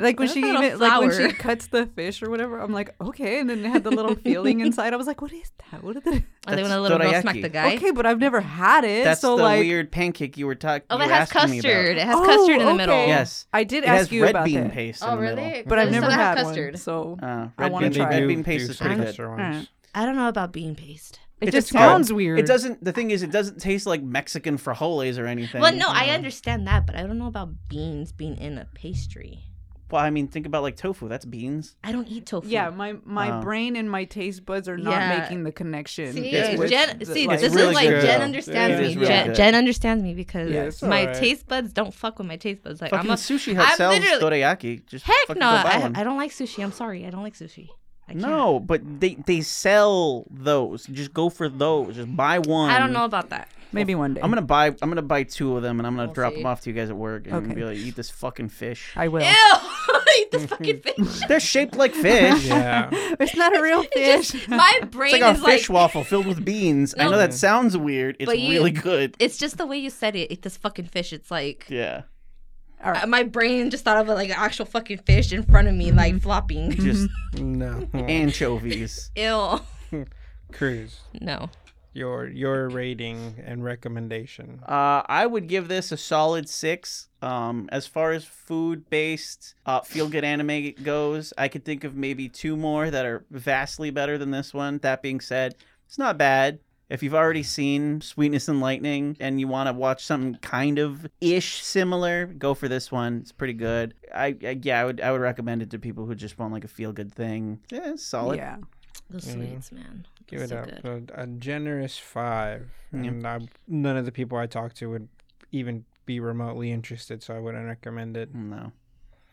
Speaker 2: *laughs*
Speaker 1: *laughs*
Speaker 2: Like when
Speaker 1: That's
Speaker 2: she
Speaker 1: not a
Speaker 2: even, like when
Speaker 1: flower.
Speaker 2: she cuts the fish or whatever, I'm like, okay. And then it had the
Speaker 1: *laughs*
Speaker 2: little feeling inside. I was like, what is that? What is that?
Speaker 1: Are they
Speaker 3: That's
Speaker 1: when a little girl smack
Speaker 3: dorayaki.
Speaker 1: the guy?
Speaker 2: Okay, but I've never had it.
Speaker 3: That's
Speaker 2: so
Speaker 3: the
Speaker 2: like,
Speaker 3: weird pancake you were talking.
Speaker 1: Oh,
Speaker 3: you
Speaker 1: it
Speaker 3: were
Speaker 1: has
Speaker 3: asking me about.
Speaker 1: custard. It has
Speaker 2: Oh,
Speaker 1: custard in the middle.
Speaker 2: okay.
Speaker 3: Yes,
Speaker 2: I did
Speaker 3: it
Speaker 2: ask
Speaker 3: has
Speaker 2: you
Speaker 3: red
Speaker 2: about
Speaker 3: bean
Speaker 2: that,
Speaker 3: paste.
Speaker 1: Oh,
Speaker 3: in the
Speaker 1: really?
Speaker 3: Middle.
Speaker 2: but I've
Speaker 1: I just
Speaker 2: never
Speaker 1: saw that
Speaker 2: had
Speaker 1: custard.
Speaker 2: one. So I
Speaker 3: Uh, red
Speaker 2: wanna
Speaker 3: bean,
Speaker 4: And they
Speaker 2: try
Speaker 3: red
Speaker 2: it.
Speaker 4: do
Speaker 3: bean paste
Speaker 4: do
Speaker 3: is pretty good.
Speaker 4: extra ones.
Speaker 2: Alright.
Speaker 1: I don't know about bean paste.
Speaker 2: it
Speaker 3: It's
Speaker 2: just
Speaker 3: good.
Speaker 2: sounds weird.
Speaker 3: It doesn't. The thing is, it doesn't taste like Mexican frijoles or anything.
Speaker 1: Well, no, I understand that, but I don't know about beans being in a pastry.
Speaker 3: Well, I mean, think about like tofu. That's beans.
Speaker 1: I don't eat tofu.
Speaker 2: Yeah, my my
Speaker 3: Oh.
Speaker 2: brain and my taste buds are not
Speaker 1: Yeah.
Speaker 2: making the connection.
Speaker 1: See,
Speaker 3: It's
Speaker 2: with
Speaker 1: Jen,
Speaker 2: the-
Speaker 1: see
Speaker 2: like-
Speaker 1: this
Speaker 3: really
Speaker 1: is like
Speaker 3: good,
Speaker 1: Jen
Speaker 3: though.
Speaker 1: understands
Speaker 4: It
Speaker 1: me.
Speaker 4: is really
Speaker 1: Jen,
Speaker 3: good.
Speaker 1: Jen understands me because
Speaker 2: Yeah,
Speaker 4: it's
Speaker 1: my
Speaker 4: alright.
Speaker 1: taste buds don't fuck with my taste buds. Like
Speaker 3: Fucking
Speaker 1: I'm a
Speaker 3: sushi hut
Speaker 1: I'm
Speaker 3: sells
Speaker 1: literally-
Speaker 3: dorayaki. Just
Speaker 1: heck
Speaker 3: fucking
Speaker 1: no.
Speaker 3: go buy
Speaker 1: I,
Speaker 3: one.
Speaker 1: I don't like sushi. I'm sorry. I don't like sushi. I can't.
Speaker 3: no, but they they sell those. Just go for those. Just buy one.
Speaker 1: I don't know about that.
Speaker 2: maybe one day.
Speaker 3: I'm gonna buy. I'm gonna buy two of them, and I'm gonna
Speaker 1: We'll
Speaker 3: drop
Speaker 1: see.
Speaker 3: them off to you guys at work, and
Speaker 2: Okay.
Speaker 3: be like, "Eat this fucking fish.
Speaker 2: I will.
Speaker 1: Ew! *laughs* eat the
Speaker 3: *laughs*
Speaker 1: fucking fish.
Speaker 3: They're shaped like fish.
Speaker 4: Yeah.
Speaker 2: *laughs* It's not a real
Speaker 1: It's
Speaker 2: fish.
Speaker 1: *laughs* just- my brain
Speaker 3: It's like a
Speaker 1: is like
Speaker 3: fish waffle filled with beans. I
Speaker 1: No.
Speaker 3: know that sounds weird. It's
Speaker 1: But you-
Speaker 3: really good.
Speaker 1: it's just the way you said it. Eat this fucking fish. It's like
Speaker 3: Yeah.
Speaker 2: All right.
Speaker 1: uh, my brain just thought of like an actual fucking fish in front of me, like flopping.
Speaker 3: Mm-hmm. Just
Speaker 4: No.
Speaker 2: *laughs*
Speaker 3: anchovies.
Speaker 1: *laughs* Ew.
Speaker 4: Cruz,
Speaker 1: No.
Speaker 4: your your rating and recommendation.
Speaker 3: Uh, I would give this a solid six. Um, as far as food based uh, feel good anime goes, I could think of maybe two more that are vastly better than this one. That being said, it's not bad. If you've already seen Sweetness and Lightning and you want to watch something kind of ish similar, go for this one. It's pretty good. I, I yeah, I would I would recommend it to people who just want like a feel good thing. Yeah, it's solid.
Speaker 2: yeah.
Speaker 1: Those
Speaker 4: Yeah.
Speaker 1: sweets, man.
Speaker 4: Give it
Speaker 1: so
Speaker 4: up
Speaker 1: good.
Speaker 4: a, a generous five,
Speaker 3: Yeah.
Speaker 4: and I, none of the people I talked to would even be remotely interested, so I wouldn't recommend it.
Speaker 3: No,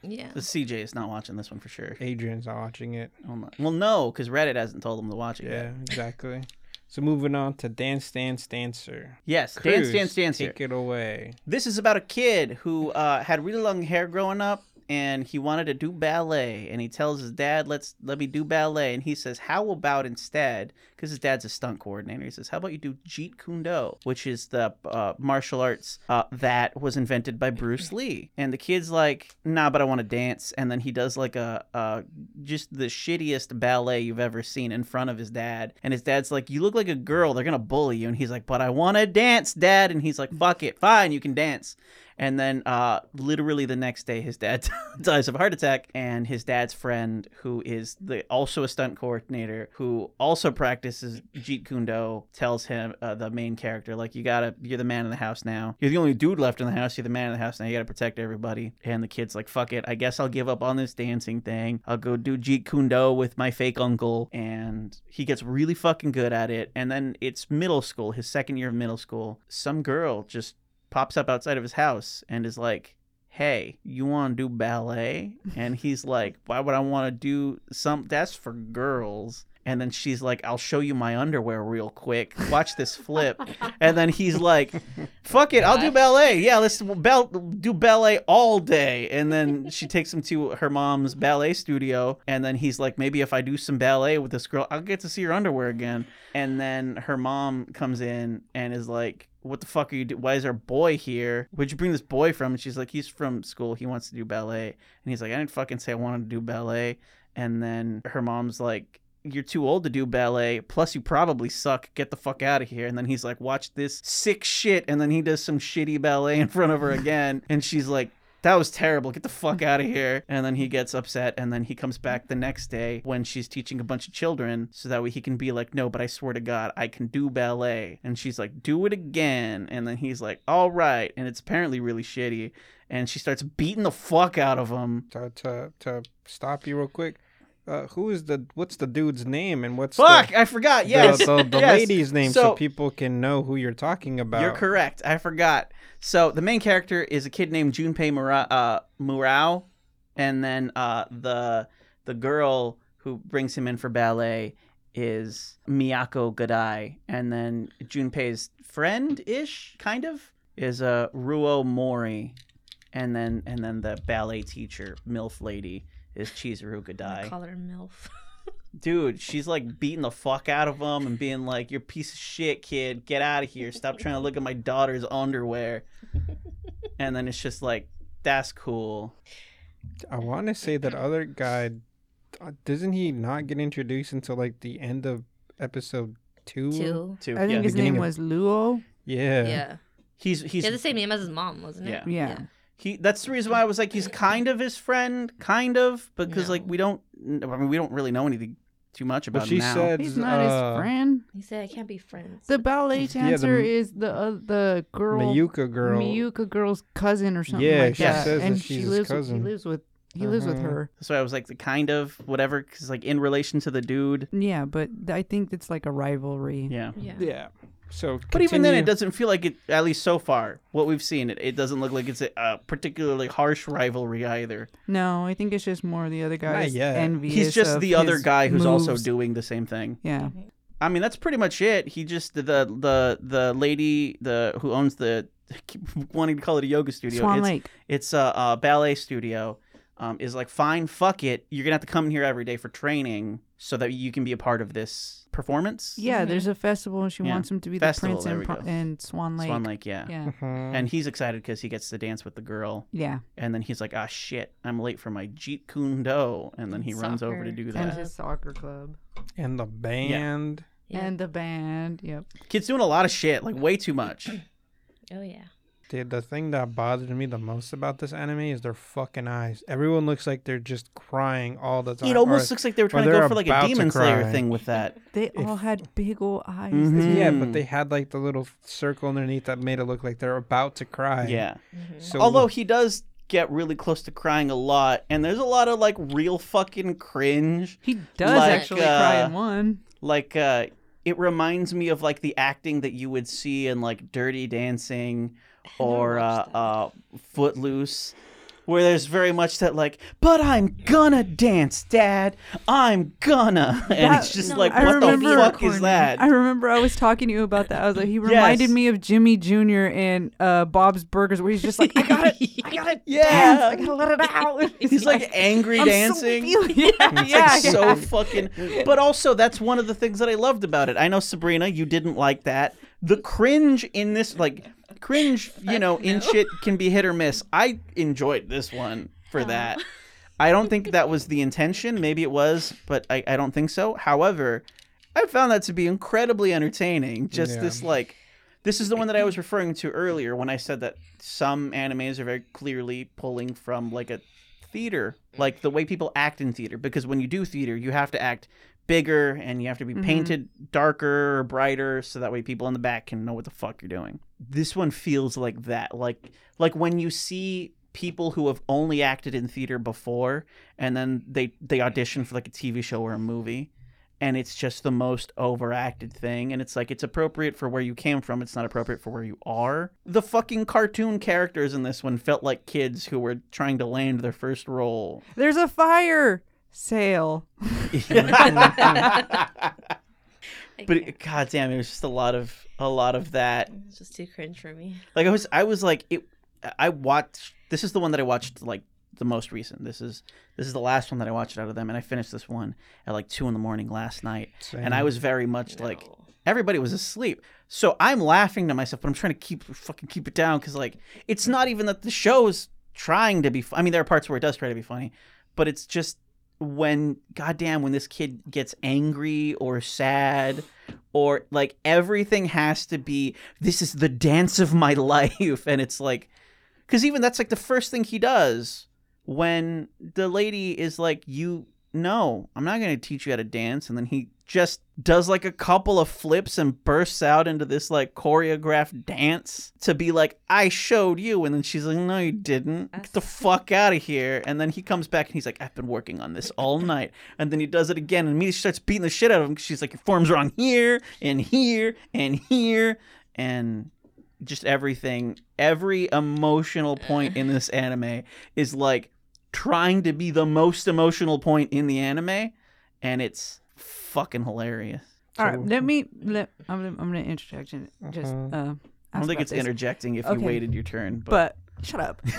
Speaker 1: Yeah.
Speaker 3: the CJ is not watching this one for sure.
Speaker 4: Adrian's not watching it.
Speaker 3: Oh, my- Well, no, because Reddit hasn't told him to watch it yet.
Speaker 4: Yeah, exactly. So moving on to Dance Dance Dancer.
Speaker 3: Yes, dance,
Speaker 4: Cruz,
Speaker 3: dance, dance. here.
Speaker 4: Take it away.
Speaker 3: This is about a kid who uh, had really long hair growing up, and he wanted to do ballet. And he tells his dad, "Let's let me do ballet." And he says, "How about instead?" Because his dad's a stunt coordinator. He says, "How about you do Jeet Kune Do, which is the uh, martial arts uh, that was invented by Bruce Lee." And the kid's like, "Nah, but I want to dance." And then he does like a, a just the shittiest ballet you've ever seen in front of his dad. And his dad's like, You look like a girl. They're going to bully you. And he's like, But I want to dance, dad. And he's like, Fuck it. Fine. You can dance. And then, uh, literally the next day, his dad *laughs* dies of a heart attack. And his dad's friend, who is the also a stunt coordinator, who also practices Jeet Kune Do, tells him, uh, the main character, like, You gotta, you're the man in the house now. You're the only dude left in the house. You're the man in the house now. You gotta protect everybody. And the kid's like, Fuck it. I guess I'll give up on this dancing thing. I'll go do Jeet Kune Do with my fake uncle. And he gets really fucking good at it. And then it's middle school, his second year of middle school. Some girl just pops up outside of his house and is like, Hey, you want to do ballet? And he's like, Why would I want to do some? That's for girls. And then she's like, I'll show you my underwear real quick. Watch this flip. and then he's like, fuck it, I'll do ballet. Yeah, let's bal- do ballet all day. And then she takes him to her mom's ballet studio. And then he's like, maybe if I do some ballet with this girl, I'll get to see her underwear again. And then her mom comes in and is like, what the fuck are you doing? Why is our boy here? Where'd you bring this boy from? And she's like, he's from school. He wants to do ballet. And he's like, I didn't fucking say I wanted to do ballet. And then her mom's like, you're too old to do ballet. Plus, you probably suck. Get the fuck out of here. And then he's like, watch this sick shit. And then he does some shitty ballet in front of her again. And she's like, that was terrible. Get the fuck out of here. And then he gets upset. And then he comes back the next day when she's teaching a bunch of children. So that way he can be like, no, but I swear to God, I can do ballet. And she's like, do it again. And then he's like, all right. And it's apparently really shitty. And she starts beating the fuck out of him.
Speaker 4: To to, to stop you real quick. Uh, who is the? What's the dude's name? And what's
Speaker 3: Fuck,
Speaker 4: The,
Speaker 3: I forgot.
Speaker 4: the-
Speaker 3: Yes.
Speaker 4: the,
Speaker 3: *laughs*
Speaker 4: the
Speaker 3: Yes.
Speaker 4: lady's name, so,
Speaker 3: So-
Speaker 4: people can know who you're talking about.
Speaker 3: You're correct. I forgot. So the main character is a kid named Junpei Mura- uh, Murao, and then uh, the the girl who brings him in for ballet is Miyako Godai, and then Junpei's friend ish kind of is uh, Ruo Mori, and then and then the ballet teacher milf lady is Chizuru
Speaker 1: I
Speaker 3: Godai.
Speaker 1: call her MILF.
Speaker 3: Dude, she's like beating the fuck out of him and being like, "You're a piece of shit, kid. Get out of here. Stop trying to look at my daughter's underwear." And then it's just like, "That's cool."
Speaker 4: I want to say that other guy, uh, doesn't he not get introduced until like the end of episode two?
Speaker 1: Two.
Speaker 3: Too.
Speaker 2: I think
Speaker 3: yeah.
Speaker 2: his
Speaker 4: Beginning
Speaker 2: name
Speaker 4: of-
Speaker 2: was Luo.
Speaker 4: Yeah.
Speaker 1: Yeah.
Speaker 3: he's he's
Speaker 1: He had the same name as his mom, wasn't it?
Speaker 3: Yeah.
Speaker 2: Yeah.
Speaker 3: He that's the reason why I was like he's kind of his friend, kind of because like
Speaker 1: No.
Speaker 3: we don't I mean we don't really know anything too much about
Speaker 4: But
Speaker 3: him
Speaker 4: she
Speaker 3: now.
Speaker 4: said,
Speaker 2: He's not
Speaker 4: uh,
Speaker 2: his friend.
Speaker 1: He said, I can't be friends.
Speaker 2: The ballet
Speaker 4: the m-
Speaker 2: dancer is the uh, the girl
Speaker 4: Miyuka girl.
Speaker 2: Miyuka girl's cousin or something
Speaker 4: Yeah,
Speaker 2: like
Speaker 4: she
Speaker 2: that.
Speaker 4: says that
Speaker 2: and
Speaker 4: she's
Speaker 2: she
Speaker 4: his
Speaker 2: lives
Speaker 4: cousin.
Speaker 2: With, he lives with he lives with
Speaker 4: Uh-huh.
Speaker 2: her.
Speaker 3: that's why I was like the kind of whatever because like in relation to the dude,
Speaker 2: Yeah, but th- I think it's like a rivalry.
Speaker 3: yeah.
Speaker 1: yeah.
Speaker 4: Yeah. So,
Speaker 3: But even then, it
Speaker 4: continue.
Speaker 3: doesn't feel like it. At least so far, what we've seen, it, it doesn't look like it's a uh, particularly harsh rivalry either.
Speaker 2: No, I think it's just more the other
Speaker 4: Not
Speaker 2: guy's
Speaker 4: yet.
Speaker 2: envious.
Speaker 3: He's just
Speaker 2: of
Speaker 3: the other
Speaker 2: his
Speaker 3: guy who's also
Speaker 2: moves.
Speaker 3: doing the same thing.
Speaker 2: Yeah,
Speaker 3: I mean, that's pretty much it. He just the the the lady the who owns the *laughs* I keep wanting to call it a yoga studio.
Speaker 2: Swan
Speaker 3: it's,
Speaker 2: Lake.
Speaker 3: It's a, a ballet studio. Um, is like fine, fuck it. You're gonna have to come here every day for training so that you can be a part of this performance.
Speaker 2: Yeah, there's a festival, and she
Speaker 3: Yeah.
Speaker 2: wants him to be
Speaker 3: Festival,
Speaker 2: the
Speaker 3: there
Speaker 2: prince
Speaker 3: we
Speaker 2: in,
Speaker 3: go.
Speaker 2: Pro- in Swan Lake.
Speaker 3: Swan Lake, yeah.
Speaker 2: Yeah,
Speaker 4: Mhm.
Speaker 3: And he's excited because he gets to dance with the girl,
Speaker 2: yeah,
Speaker 3: and then he's like, "Ah, shit, I'm late for my Jeet Kune Do," and then he runs over to
Speaker 1: Soccer.
Speaker 3: do
Speaker 1: Yeah.
Speaker 2: and
Speaker 3: that.
Speaker 1: Uh,
Speaker 2: his soccer club
Speaker 4: and the band.
Speaker 1: Yeah.
Speaker 2: and the band. Yep.
Speaker 3: Kid's doing a lot of shit, like way too much.
Speaker 1: oh,
Speaker 3: *laughs*
Speaker 1: yeah. *laughs*
Speaker 4: Dude, the thing that bothered me the most about this anime is their fucking eyes. Everyone looks like they're just crying all the time.
Speaker 3: It
Speaker 4: or-
Speaker 3: almost looks like they were trying to
Speaker 4: they're
Speaker 3: go for like a
Speaker 4: about to
Speaker 3: Demon Slayer
Speaker 4: cry.
Speaker 3: thing with
Speaker 4: *laughs*
Speaker 3: that.
Speaker 2: They all had big old eyes.
Speaker 3: Mhm.
Speaker 4: yeah,
Speaker 3: Mm.
Speaker 4: but they had like the little circle underneath that made it look like they're about to cry.
Speaker 3: Yeah.
Speaker 4: So
Speaker 3: Mm-hmm. Although he does get really close to crying a lot, and there's a lot of like real fucking cringe.
Speaker 2: He does
Speaker 3: Like,
Speaker 2: actually cry
Speaker 3: uh,
Speaker 2: in one.
Speaker 3: like uh it reminds me of like the acting that you would see in like dirty dancing or uh,
Speaker 1: watched that.
Speaker 3: uh footloose where there's very much that like but i'm gonna dance dad i'm gonna *laughs* and
Speaker 2: That-
Speaker 3: *laughs* it's just
Speaker 1: No,
Speaker 3: like
Speaker 2: I
Speaker 3: what the
Speaker 2: remember-
Speaker 3: fuck is that
Speaker 2: I remember I was talking to you about that. I was like,
Speaker 3: *laughs*
Speaker 2: he reminded me of Jimmy Jr. in uh, Bob's Burgers, where he's just like, I got it,
Speaker 3: *laughs*
Speaker 2: I got it,
Speaker 3: Yeah.
Speaker 2: *laughs* I gotta let it out.
Speaker 3: *laughs* he's like angry
Speaker 2: I'm so
Speaker 3: dancing *laughs*
Speaker 2: feeling- yeah, *laughs*
Speaker 3: It's
Speaker 2: yeah,
Speaker 3: like
Speaker 2: yeah.
Speaker 3: so fucking. But also, that's one of the things that I loved about it. I know Sabrina, you didn't like that. The cringe in this, like cringe, you know, in shit can be hit or miss. I enjoyed this one
Speaker 2: Oh.
Speaker 3: for that. I don't think that was the intention. Maybe it was, but I, I don't think so. However, I found that to be incredibly entertaining. Just
Speaker 4: Yeah.
Speaker 3: this, like, this is the one that I was referring to earlier when I said that some animes are very clearly pulling from like a theater, like the way people act in theater. Because when you do theater, you have to act bigger and you have to be
Speaker 2: Mhm.
Speaker 3: painted darker or brighter so that way people in the back can know what the fuck you're doing. This one feels like that. Like like when you see people who have only acted in theater before and then they they audition for like a TV show or a movie and it's just the most overacted thing and it's like it's appropriate for where you came from it's not appropriate for where you are the fucking cartoon characters in this one felt like kids who were trying to land their first role
Speaker 2: There's a fire sale.
Speaker 1: I
Speaker 3: but
Speaker 1: can't.
Speaker 3: it, god damn it was just a lot of a lot of that
Speaker 1: it's just too cringe for me.
Speaker 3: like i was i was like it i watched this is the one that i watched like the most recent this is this is the last one that i watched out of them and i finished this one at like two in the morning last night and i was very much like
Speaker 1: No.
Speaker 3: everybody was asleep so i'm laughing to myself but i'm trying to keep fucking keep it down because like it's not even that the show's trying to be fu- i mean there are parts where it does try to be funny but it's just when goddamn when this kid gets angry or sad or like everything has to be this is the dance of my *laughs* life and it's like because even that's like the first thing he does when the lady is like you no i'm not going to teach you how to dance and then he just does like a couple of flips and bursts out into this like choreographed dance to be like i showed you and then she's like no you didn't get the fuck out of here and then he comes back and he's like i've been working on this all night and then he does it again and immediately starts beating the shit out of him 'cause she's like your form's wrong here and here and here and just everything every emotional point in this anime is like trying to be the most emotional point in the anime and it's fucking hilarious.
Speaker 2: All right,
Speaker 4: So- mm.
Speaker 2: let me. Let, I'm, gonna- I'm going to interject and just.
Speaker 4: Mhm.
Speaker 2: Uh,
Speaker 3: I don't
Speaker 2: ask
Speaker 3: think
Speaker 2: about
Speaker 3: it's
Speaker 2: this.
Speaker 3: interjecting if
Speaker 2: Okay.
Speaker 3: you waited your turn, but,
Speaker 2: But shut up. *laughs*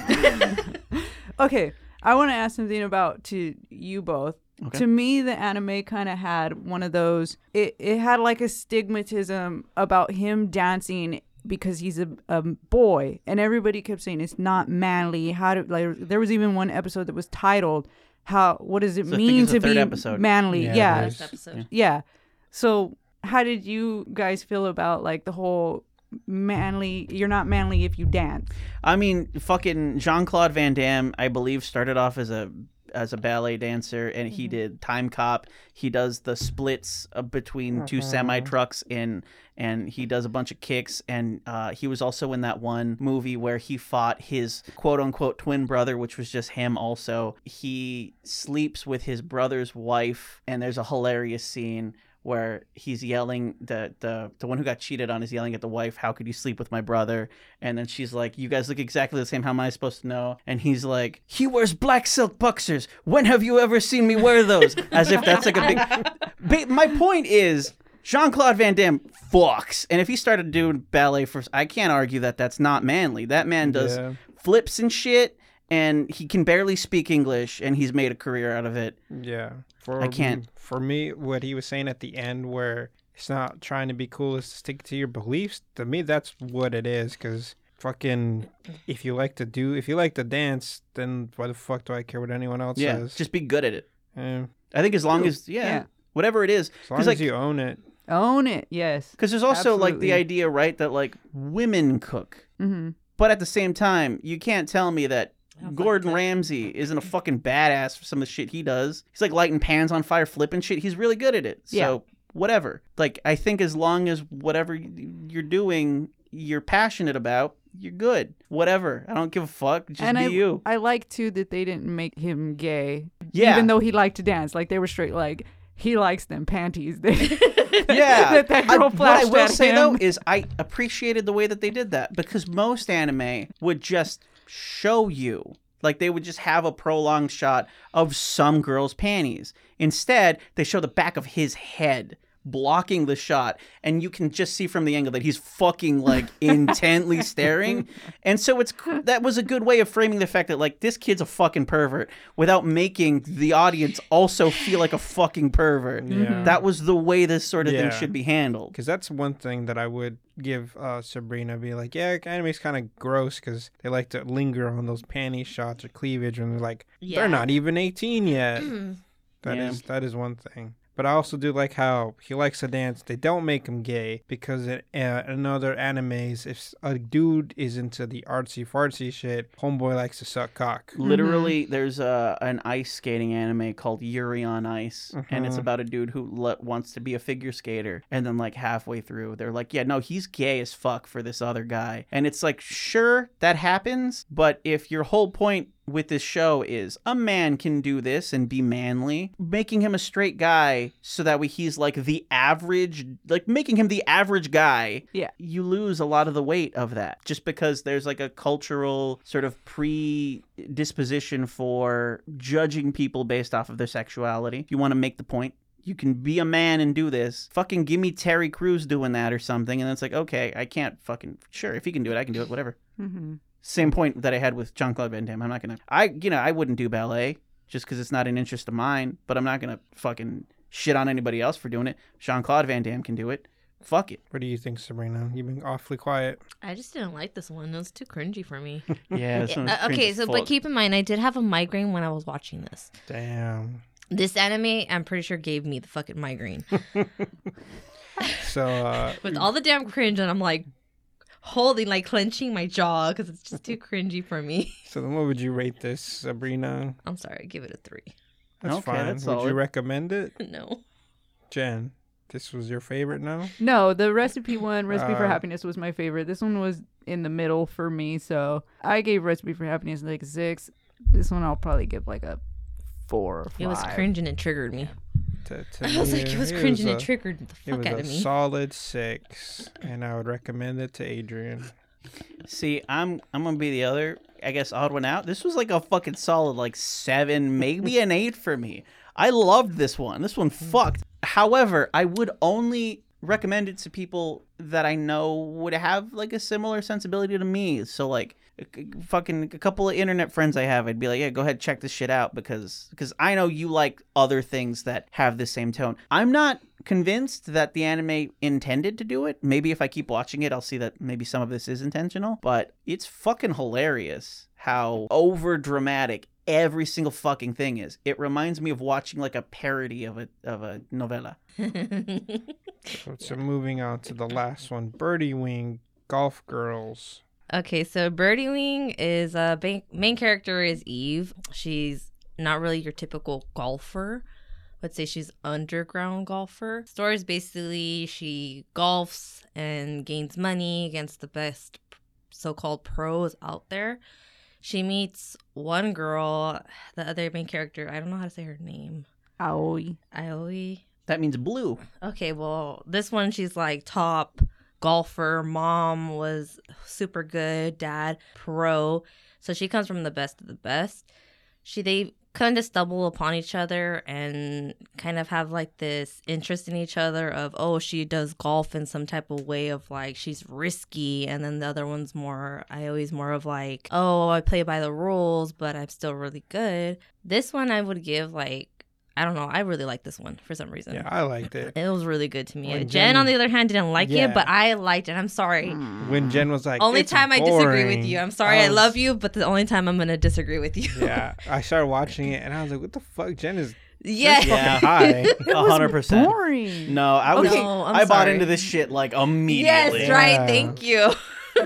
Speaker 2: okay, I want to ask something about to you both.
Speaker 3: Okay.
Speaker 2: To me, the anime kind of had one of those. It it had like a stigmatism about him dancing because he's a, a boy, and everybody kept saying it's not manly. How do like there was even one episode that was titled "How What does it
Speaker 3: So I think
Speaker 2: mean
Speaker 3: it's the
Speaker 2: to
Speaker 3: third
Speaker 2: be
Speaker 3: episode.
Speaker 2: manly?"
Speaker 4: Yeah,
Speaker 2: yeah,
Speaker 4: it is.
Speaker 1: Last episode.
Speaker 3: Yeah.
Speaker 2: yeah. So, how did you guys feel about like the whole manly? You're not manly if you dance.
Speaker 3: I mean, fucking Jean Claude Van Damme, I believe, started off as a as a ballet dancer, and he did Time Cop. He does the splits uh, between 2 semi trucks, and and he does a bunch of kicks. And uh, he was also in that one movie where he fought his quote unquote twin brother, which was just him. Also, he sleeps with his brother's wife, and there's a hilarious scene. Where he's yelling, the, the the one who got cheated on is yelling at the wife, "How could you sleep with my brother?" And then she's like, You guys look exactly the same. How am I supposed to know? And he's like, He wears black silk boxers. When have you ever seen me wear those? As if that's like a
Speaker 4: *laughs*
Speaker 3: big. Ba- my point is, Jean Claude Van Damme fucks. And if he started doing ballet first, I can't argue that that's not manly. That man does
Speaker 4: Yeah.
Speaker 3: flips and shit, and he can barely speak English, and he's made a career out of it.
Speaker 4: Yeah. For
Speaker 3: I can't-
Speaker 4: me- For me, what he was saying at the end, where it's not trying to be cool, it's to stick to your beliefs. To me, that's what it is. Because fucking, if you like to do, if you like to dance, then why the fuck do I care what anyone else
Speaker 3: yeah.
Speaker 4: says?
Speaker 3: Just be good at it.
Speaker 4: Eh,
Speaker 3: I think as long as, yeah,
Speaker 2: Yeah.
Speaker 3: whatever it is.
Speaker 4: as long
Speaker 3: 'Cause, like,
Speaker 4: as you own it.
Speaker 2: Own it. Yes.
Speaker 3: Because there's also like
Speaker 2: Absolutely.
Speaker 3: the idea, right, that like women cook.
Speaker 2: Mm-hmm.
Speaker 3: But at the same time, you can't tell me that Gordon Ramsay isn't a fucking badass for some of the shit he does. He's like lighting pans on fire, flipping shit. He's really good at it. So
Speaker 2: Yeah.
Speaker 3: whatever. Like I think as long as whatever y- you're doing, you're passionate about, you're good. Whatever. I don't give a fuck. Just
Speaker 2: and
Speaker 3: be
Speaker 2: I,
Speaker 3: you.
Speaker 2: I like too that they didn't make him gay,
Speaker 3: yeah.
Speaker 2: even though *laughs* he liked to dance. Like they were straight. Like he likes them panties. *laughs*
Speaker 3: yeah.
Speaker 2: that that
Speaker 3: I-
Speaker 2: girl
Speaker 3: what I
Speaker 2: flashed
Speaker 3: will
Speaker 2: at
Speaker 3: say
Speaker 2: him.
Speaker 3: though is I appreciated the way that they did that because most anime would just show you. Like they would just have a prolonged shot of some girl's panties. Instead, they show the back of his head blocking the shot and you can just see from the angle that he's fucking like intently staring and so it's that was a good way of framing the fact that like this kid's a fucking pervert without making the audience also feel like a fucking pervert
Speaker 4: Yeah.
Speaker 3: that was the way this sort of
Speaker 4: Yeah.
Speaker 3: thing should be handled.
Speaker 4: Because that's one thing that I would give uh, Sabrina. Be like, yeah, anime's kind of gross because they like to linger on those panty shots or cleavage when they're like,
Speaker 1: Yeah.
Speaker 4: they're not even 18 yet. That is
Speaker 3: Yeah.
Speaker 4: that is one thing. But I also do like how he likes to dance. They don't make him gay because in, uh, in other animes, if a dude is into the artsy fartsy shit, homeboy likes to suck cock.
Speaker 3: Literally, there's a an ice skating anime called Yuri on Ice, and it's
Speaker 4: Mhm.
Speaker 3: about a dude who le- wants to be a figure skater, and then like halfway through, they're like, "Yeah, no, he's gay as fuck for this other guy," and it's like, sure, that happens, but if your whole point with this show is a man can do this and be manly, making him a straight guy so that way he's like the average, like making him the average guy you lose a lot of the weight of that just because there's like a cultural sort of predisposition for judging people based off of their sexuality. If you want to make the point, you can be a man and do this. Fucking give me Terry Crews doing that or something. And it's like, okay, I can't fucking, sure, if he can do it, I can do it, whatever.
Speaker 2: mm-hmm.
Speaker 3: Same point that I had with Jean Claude Van Damme. I'm not going to, I, you know, I wouldn't do ballet just because it's not an interest of mine, but I'm not going to fucking shit on anybody else for doing it. Jean Claude Van Damme can do it. Fuck it.
Speaker 4: What do you think, Sabrina? You've been awfully quiet.
Speaker 5: I just didn't like this one. It was too cringy for me.
Speaker 3: *laughs* Yeah.
Speaker 1: Uh, okay, so but keep in mind, I did have a migraine when I was watching this.
Speaker 4: Damn.
Speaker 1: This anime, I'm pretty sure, gave me the fucking
Speaker 4: *laughs*
Speaker 1: migraine
Speaker 4: So uh,
Speaker 1: with all the damn cringe, and I'm like holding, like clenching my jaw because it's just too cringy for me. *laughs*
Speaker 4: so then, what would you rate this, Sabrina?
Speaker 1: I'm sorry, give it a three. *laughs*
Speaker 4: That's
Speaker 3: Okay,
Speaker 4: fine.
Speaker 3: that's
Speaker 4: would
Speaker 3: solid.
Speaker 4: you recommend it,
Speaker 1: No,
Speaker 4: Jen? This was your favorite now.
Speaker 2: No, the recipe one, recipe for
Speaker 4: Uh,
Speaker 2: happiness, was my favorite. This one was in the middle for me, so I gave recipe for happiness like a six. This one I'll probably give like a four. Or five.
Speaker 1: it was cringing and it triggered me. *laughs*
Speaker 4: To, to
Speaker 1: I was
Speaker 4: me,
Speaker 1: like, it was
Speaker 4: it
Speaker 1: cringing
Speaker 4: a-
Speaker 1: and it triggered the
Speaker 4: It
Speaker 1: fuck
Speaker 4: was
Speaker 1: out
Speaker 4: a
Speaker 1: of me.
Speaker 4: solid six, and I would recommend it to Adrian.
Speaker 3: See, I'm I'm gonna be the other, I guess, odd one out. This was like a fucking solid like seven, maybe an eight for me. I loved this one. This one fucked. However, I would only recommend it to people that I know would have like a similar sensibility to me. So like a- c- fucking a couple of internet friends I have, I'd be like, "Yeah, go ahead check this shit out because because I know you like other things that have the same tone." I'm not convinced that the anime intended to do it. Maybe if I keep watching it, I'll see that maybe some of this is intentional, but it's fucking hilarious how over dramatic every single fucking thing is. It reminds me of watching like a parody of a of a novella.
Speaker 1: *laughs*
Speaker 4: So, so moving on to the last one, Birdie Wing Golf Girls.
Speaker 1: Okay, so Birdie Wing is a main, main character is Eve. She's not really your typical golfer. Let's say she's underground golfer. Story is basically she golfs and gains money against the best so-called pros out there. She meets one girl, the other main character. I don't know how to say her name.
Speaker 2: Owie.
Speaker 1: Ioi.
Speaker 3: That means blue.
Speaker 1: Okay, well, this one she's like top golfer, mom was super good, dad pro. So she comes from the best of the best. She they kind of stumble upon each other and kind of have like this interest in each other of oh she does golf in some type of way of like she's risky and then the other one's more I always more of like oh I play by the rules but I'm still really good. This one I would give like I don't know, I really like this one for some reason.
Speaker 4: Yeah, I liked it.
Speaker 1: It was really good to me.
Speaker 4: When
Speaker 1: Jen,
Speaker 4: Jen-
Speaker 1: on the other hand, didn't like
Speaker 4: Yeah.
Speaker 1: it, but I liked it. I'm sorry.
Speaker 2: Mm.
Speaker 4: When Jen was like,
Speaker 1: only
Speaker 4: "It's
Speaker 1: time I disagree
Speaker 4: boring,"
Speaker 1: with you. I'm sorry. I,
Speaker 4: was-
Speaker 1: love you, but the only time I'm gonna disagree with you. *laughs*
Speaker 4: yeah, I started watching it and I was like, "What the fuck?" Jen is
Speaker 1: yeah.
Speaker 4: fucking
Speaker 3: *laughs*
Speaker 4: high.
Speaker 3: A hundred percent.
Speaker 2: Boring.
Speaker 3: No, I was.
Speaker 1: Okay. No, I'm
Speaker 3: I bought
Speaker 1: sorry.
Speaker 3: into this shit like immediately.
Speaker 1: Yes, right.
Speaker 4: Yeah.
Speaker 1: Thank you.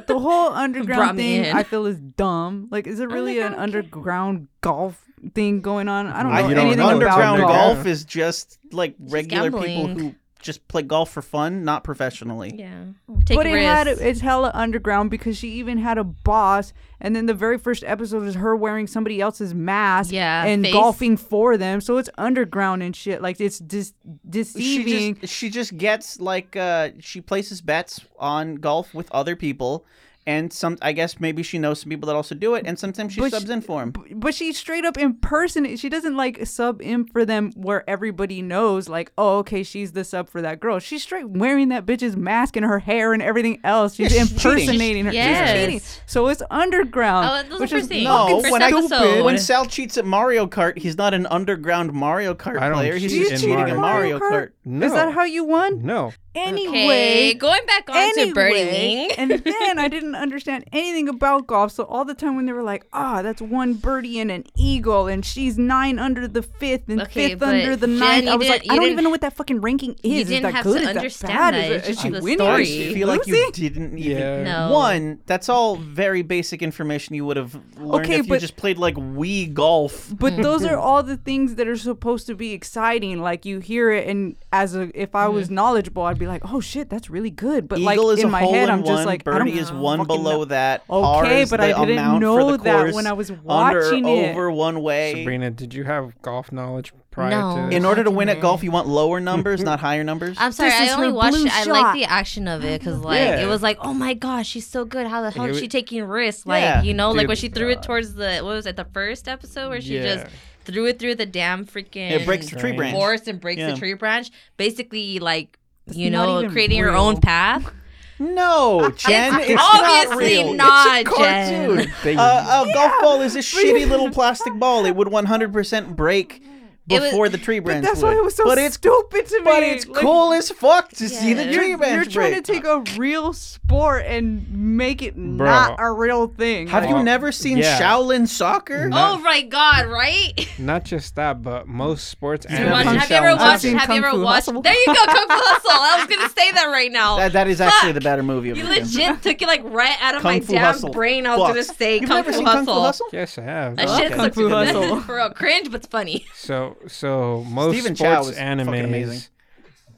Speaker 2: The
Speaker 1: *laughs*
Speaker 2: whole
Speaker 1: Brought
Speaker 2: underground
Speaker 1: me
Speaker 2: thing
Speaker 1: in.
Speaker 2: I feel is dumb. Like, is there really an underground golf thing going on? I don't know
Speaker 4: I
Speaker 3: I
Speaker 4: don't
Speaker 3: think
Speaker 2: anything
Speaker 4: know.
Speaker 3: underground
Speaker 2: about
Speaker 3: golf.
Speaker 2: golf.
Speaker 3: is just like regular people
Speaker 1: gambling.
Speaker 3: who just play golf for fun, not professionally.
Speaker 1: Yeah. Take
Speaker 2: But it had
Speaker 1: risks.
Speaker 2: it's hella underground because she even had a boss, and then the very first episode is her wearing somebody else's mask,
Speaker 1: Yeah,
Speaker 2: and
Speaker 1: face.
Speaker 2: golfing for them. So it's underground and shit. Like it's dis-
Speaker 3: She
Speaker 2: deceiving.
Speaker 3: just, she just gets like uh she places bets on golf with other people, and some I guess maybe she knows some people that also do it, and sometimes she
Speaker 2: But
Speaker 3: subs
Speaker 2: she-
Speaker 3: in for 'em.
Speaker 2: but she straight up impersonates. She doesn't like sub in for them where everybody knows, like, oh, okay, she's the sub for that girl. She's straight wearing that bit's mask and her hair and everything else. She's
Speaker 3: Yeah, she's cheating.
Speaker 2: impersonating her.
Speaker 1: Yes.
Speaker 2: She's cheating. So it's underground.
Speaker 1: Oh, that was the
Speaker 2: which
Speaker 1: first
Speaker 2: is
Speaker 1: thing.
Speaker 2: fucking
Speaker 3: No, when I-
Speaker 2: Oh, stupid.
Speaker 1: episode.
Speaker 3: When Sal cheats at Mario Kart, he's not an underground Mario Kart
Speaker 4: I don't
Speaker 3: player. He's
Speaker 4: cheat
Speaker 3: just
Speaker 4: in
Speaker 3: cheating
Speaker 4: Mario
Speaker 3: at Mario
Speaker 2: Kart?
Speaker 3: Kart.
Speaker 4: No,
Speaker 2: Is that how you won?
Speaker 4: No,
Speaker 1: Okay,
Speaker 2: Anyway,
Speaker 1: going back on to Birdie Wing.
Speaker 2: *laughs* and then I didn't understand anything about golf. So all the time when they were like, "Ah, that's one birdie and an eagle, and she's nine under the fifth and
Speaker 1: Okay,
Speaker 2: fifth
Speaker 1: but
Speaker 2: under the
Speaker 1: Jen,
Speaker 2: ninth," I
Speaker 1: you
Speaker 2: was like,
Speaker 1: didn't-
Speaker 2: "I
Speaker 1: you
Speaker 2: don't even
Speaker 1: didn't-
Speaker 2: know what that fucking ranking is.
Speaker 1: you
Speaker 2: is
Speaker 1: didn't
Speaker 2: that
Speaker 1: have
Speaker 2: good?
Speaker 1: to
Speaker 2: Is that
Speaker 1: understand
Speaker 2: bad? Is
Speaker 1: that.
Speaker 2: it-
Speaker 1: It's
Speaker 2: is
Speaker 1: just
Speaker 2: she
Speaker 1: the
Speaker 2: winning?
Speaker 3: I
Speaker 1: story.
Speaker 3: just feel like you
Speaker 2: Lucy?
Speaker 3: didn't even.
Speaker 4: Yeah.
Speaker 1: No.
Speaker 3: One, that's all very basic information you would have learned
Speaker 2: Okay,
Speaker 3: if you
Speaker 2: but-
Speaker 3: just played like Wii golf.
Speaker 1: *laughs*
Speaker 2: But those are all the things that are supposed to be exciting. Like you hear it, and as a, if I
Speaker 1: Mm-hmm.
Speaker 2: was knowledgeable, I'd be like, "Oh shit, that's really good." But
Speaker 3: Eagle
Speaker 2: like
Speaker 3: is
Speaker 2: in
Speaker 3: a
Speaker 2: my
Speaker 3: hole
Speaker 2: head,
Speaker 3: in
Speaker 2: I'm
Speaker 3: one.
Speaker 2: just like, I
Speaker 3: birdie
Speaker 2: don't
Speaker 3: is one
Speaker 2: fucking
Speaker 3: below
Speaker 2: know.
Speaker 3: that. par
Speaker 2: Okay,
Speaker 3: is
Speaker 2: but
Speaker 3: the
Speaker 2: I didn't
Speaker 3: amount for
Speaker 2: know
Speaker 3: the
Speaker 2: that when
Speaker 3: course.
Speaker 2: I was
Speaker 3: Under,
Speaker 2: watching it.
Speaker 3: over, one way.
Speaker 4: Sabrina, did you have golf knowledge prior
Speaker 1: No.
Speaker 4: to this?
Speaker 3: In order to win at
Speaker 1: Fucking
Speaker 3: golf, you want *laughs* lower numbers, not higher numbers.
Speaker 1: I'm sorry.
Speaker 2: This
Speaker 1: I
Speaker 2: is
Speaker 1: only
Speaker 2: her
Speaker 1: watched.
Speaker 2: blue
Speaker 1: it. I
Speaker 2: shot.
Speaker 1: like the action of it because, like,
Speaker 4: Yeah.
Speaker 1: it was like, oh my gosh, she's so good. How the hell
Speaker 4: It
Speaker 1: is
Speaker 4: wa-
Speaker 1: she taking risks? Like,
Speaker 3: Yeah.
Speaker 1: you know, like
Speaker 4: Dude,
Speaker 1: when she threw
Speaker 4: God.
Speaker 1: it towards the what was it the first episode where she
Speaker 4: Yeah.
Speaker 1: just threw it through the damn freaking
Speaker 3: it breaks the tree
Speaker 4: Strange.
Speaker 3: branch.
Speaker 1: forest and breaks
Speaker 3: Yeah.
Speaker 1: the tree branch, basically like
Speaker 2: It's
Speaker 1: you
Speaker 2: not
Speaker 1: know
Speaker 2: even
Speaker 1: creating your
Speaker 2: real.
Speaker 1: own path.
Speaker 2: *laughs*
Speaker 3: No, *laughs* Jen, it's,
Speaker 1: It's
Speaker 3: not
Speaker 1: obviously
Speaker 3: real.
Speaker 1: not,
Speaker 3: it's
Speaker 2: *laughs*
Speaker 3: a cartoon.
Speaker 4: They-
Speaker 3: Uh, a golf ball is a shitty little plastic ball. It would 100% break
Speaker 1: It was-
Speaker 3: before the tree branch
Speaker 2: But that's
Speaker 3: would.
Speaker 2: why it was so
Speaker 3: but it's
Speaker 2: stupid to me.
Speaker 3: but it's
Speaker 2: Like,
Speaker 3: cool as fuck to see the
Speaker 1: Yeah.
Speaker 3: tree
Speaker 2: You're,
Speaker 3: branch
Speaker 2: you're trying
Speaker 3: break.
Speaker 2: to take a real sport and make it
Speaker 4: Bro.
Speaker 2: not a real thing.
Speaker 3: Have
Speaker 2: Like,
Speaker 3: you
Speaker 4: Well,
Speaker 3: never seen
Speaker 4: yeah.
Speaker 3: Shaolin Soccer?
Speaker 4: No.
Speaker 1: Oh my god, right?
Speaker 4: Not just that, but
Speaker 3: Hmm.
Speaker 4: most sports
Speaker 1: Have *laughs*
Speaker 3: never
Speaker 1: you watched-
Speaker 3: seen
Speaker 4: anime.
Speaker 1: have you ever
Speaker 3: Shaolin
Speaker 1: watched?
Speaker 2: Soccer?
Speaker 1: Have you
Speaker 2: Kung
Speaker 1: ever
Speaker 2: Fu
Speaker 1: watched?
Speaker 2: Hustle?
Speaker 1: There you go, Kung Fu Hustle. I was gonna say that right now.
Speaker 3: That, that is actually the better movie of
Speaker 1: you
Speaker 3: the two.
Speaker 1: legit took it like right out of
Speaker 3: Kung
Speaker 1: my
Speaker 3: Fu
Speaker 1: damn
Speaker 3: Hustle.
Speaker 1: brain. I was
Speaker 3: Fucks.
Speaker 1: gonna say
Speaker 3: You've
Speaker 1: Kung
Speaker 3: never
Speaker 1: Fu
Speaker 3: seen
Speaker 1: Hustle.
Speaker 3: Kung Fu Hustle?
Speaker 4: Yes, I have.
Speaker 1: That
Speaker 3: Okay.
Speaker 1: shit's
Speaker 2: Kung
Speaker 1: like
Speaker 2: Fu Hustle.
Speaker 1: for real cringe, but it's funny.
Speaker 4: So so most
Speaker 3: Stephen Chow
Speaker 4: sports
Speaker 3: is fucking amazing.
Speaker 4: animes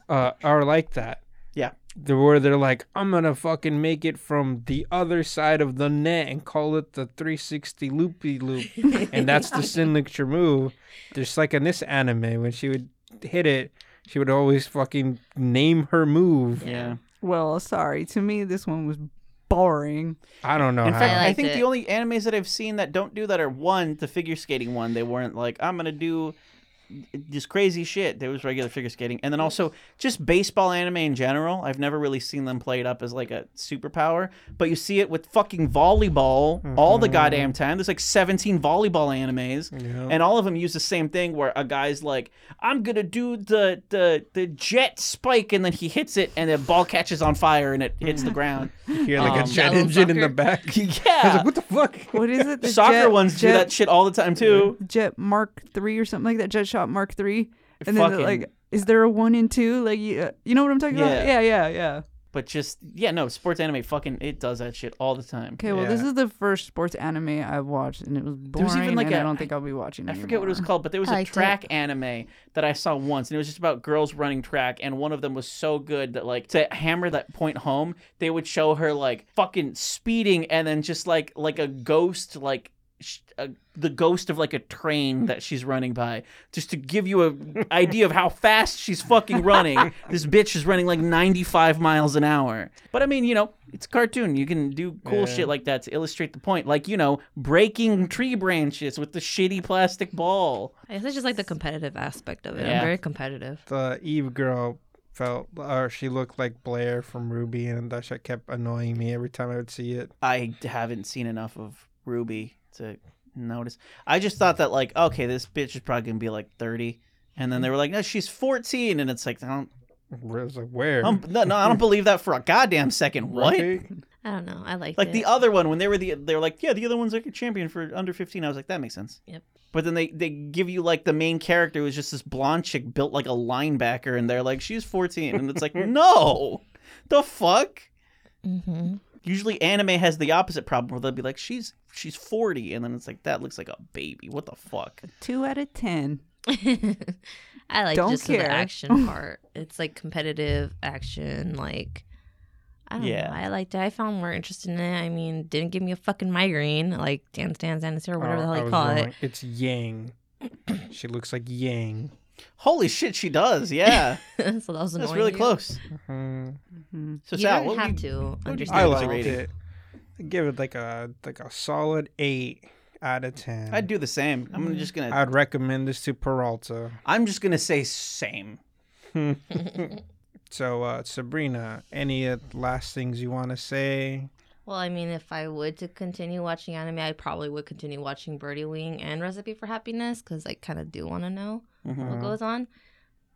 Speaker 4: uh, are like that.
Speaker 3: Yeah.
Speaker 4: The, where they're like, I'm gonna fucking make it from the other side of the net and call it the 360
Speaker 3: *laughs*
Speaker 4: loopy loop, and that's the signature move. Just like in this anime, when she would hit it, she would always fucking name her move.
Speaker 3: Yeah.
Speaker 2: Well, sorry. To me, this one was boring.
Speaker 4: I don't know
Speaker 3: In
Speaker 4: how.
Speaker 3: fact, I,
Speaker 1: liked
Speaker 3: think
Speaker 1: it.
Speaker 3: the only animes that I've seen that don't do that are one, the figure skating one. They weren't like, I'm gonna do just crazy shit. There was regular figure skating, and then also just baseball anime in general. I've never really seen them play it up as like a superpower, but you see it with fucking volleyball all
Speaker 4: Mm-hmm.
Speaker 3: the goddamn time. There's like 17 volleyball animes, and all of them use the same thing where a guy's like, "I'm gonna do the the the jet spike," and then he hits it, and the ball catches on fire and it hits the
Speaker 4: *laughs*
Speaker 3: ground.
Speaker 4: You hear like
Speaker 3: Um,
Speaker 4: a jet
Speaker 1: Shallow
Speaker 4: engine in the
Speaker 1: soccer.
Speaker 3: *laughs*
Speaker 4: back. I was
Speaker 3: yeah,
Speaker 4: like, what the fuck?
Speaker 2: What is it? The
Speaker 3: *laughs* soccer
Speaker 2: jet-
Speaker 3: ones do
Speaker 2: jet-
Speaker 3: that shit all the time too.
Speaker 2: Jet Mark Three or something like that. Jet Shot Mark Three, and then
Speaker 3: Fucking-
Speaker 2: they're like, is there a one and two? Like, you, you know what I'm talking about?
Speaker 3: Yeah.
Speaker 2: Yeah, yeah, yeah.
Speaker 3: But just yeah, no sports anime fucking it does that shit all the time.
Speaker 2: Okay, well, this
Speaker 4: Yeah.
Speaker 2: is the first sports anime I've watched, and it was boring.
Speaker 3: was even, like,
Speaker 2: and I
Speaker 3: a-
Speaker 2: I don't think I'll be watching.
Speaker 3: I forget what it was
Speaker 2: anymore.
Speaker 3: called, but there was
Speaker 6: I
Speaker 3: a
Speaker 6: liked it.
Speaker 3: track anime that I saw once, and it was just about girls running track, and one of them was so good that like to hammer that point home, they would show her like fucking speeding, and then just like like a ghost, like sh- a, the ghost of like a train that she's running by, just to give you a idea of how fast she's fucking running. this bitch is running like ninety five miles an hour. But I mean, you know, it's a cartoon. You can do cool
Speaker 4: Yeah.
Speaker 3: shit like that to illustrate the point, like you know, breaking tree branches with the shitty plastic ball.
Speaker 6: I guess it's just like the competitive aspect of it.
Speaker 3: Yeah.
Speaker 6: I'm very competitive.
Speaker 4: The Eve girl felt, or she looked like Blair from Ruby, and that shit kept annoying me every time I would see it.
Speaker 3: I haven't seen enough of Ruby to notice. I just thought that like, okay, this bitch is probably gonna be like thirty, and then they were like, no, she's fourteen, and it's like, I don't,
Speaker 4: Where- I was like, where?
Speaker 3: I'm, no, no, I don't believe that for a goddamn second. Um, What?
Speaker 4: Right?
Speaker 1: I don't know. I liked
Speaker 3: Like
Speaker 1: it.
Speaker 3: the other one when they were the, they were like, yeah, the other one's like a champion for under fifteen. I was like, that makes sense.
Speaker 1: Yep.
Speaker 3: But then they they give you like the main character who's just this blonde chick built like a linebacker, and they're like, she's fourteen,
Speaker 1: *laughs*
Speaker 3: and it's like, no, the fuck.
Speaker 1: Mm-hmm. *laughs*
Speaker 3: Usually anime has the opposite problem where they'll be like, She's she's forty and then it's like that looks like a baby. What the fuck?
Speaker 2: Two out of ten.
Speaker 1: I like
Speaker 2: Don't
Speaker 1: just
Speaker 2: care.
Speaker 1: the
Speaker 3: *laughs*
Speaker 1: action part. It's like competitive action. Like, I don't
Speaker 3: Yeah.
Speaker 1: know. I liked it. I found more interest in it. I mean, didn't give me a fucking migraine. Like, Dan Stan Zanisir, whatever the
Speaker 4: Oh, I
Speaker 1: hell you
Speaker 4: was
Speaker 1: call it.
Speaker 4: wrong. It's Yang. *clears throat* she looks like Yang.
Speaker 3: Holy shit,
Speaker 1: *laughs*
Speaker 3: she does, yeah.
Speaker 1: so that was annoying.
Speaker 3: That's really
Speaker 1: yeah.
Speaker 3: close.
Speaker 4: Mhm.
Speaker 2: Mhm.
Speaker 3: So
Speaker 1: you
Speaker 3: Sal,
Speaker 1: don't
Speaker 3: what
Speaker 1: have
Speaker 3: would you-
Speaker 1: to
Speaker 3: would you
Speaker 1: understand.
Speaker 4: I
Speaker 3: Standards
Speaker 4: liked
Speaker 3: rating.
Speaker 4: it. I give it like a like a solid eight out of ten.
Speaker 3: I'd do the same.
Speaker 1: Mm-hmm.
Speaker 3: I'm just gonna
Speaker 4: I'd recommend this to Peralta.
Speaker 3: I'm just gonna say same.
Speaker 4: So uh, Sabrina, any uh, last things you want to say?
Speaker 1: Well, I mean, if I would to continue watching anime, I probably would continue watching Birdie Wing and Recipe for Happiness because I kind of do want to know
Speaker 3: Mhm.
Speaker 4: Mm-hmm.
Speaker 1: what goes on.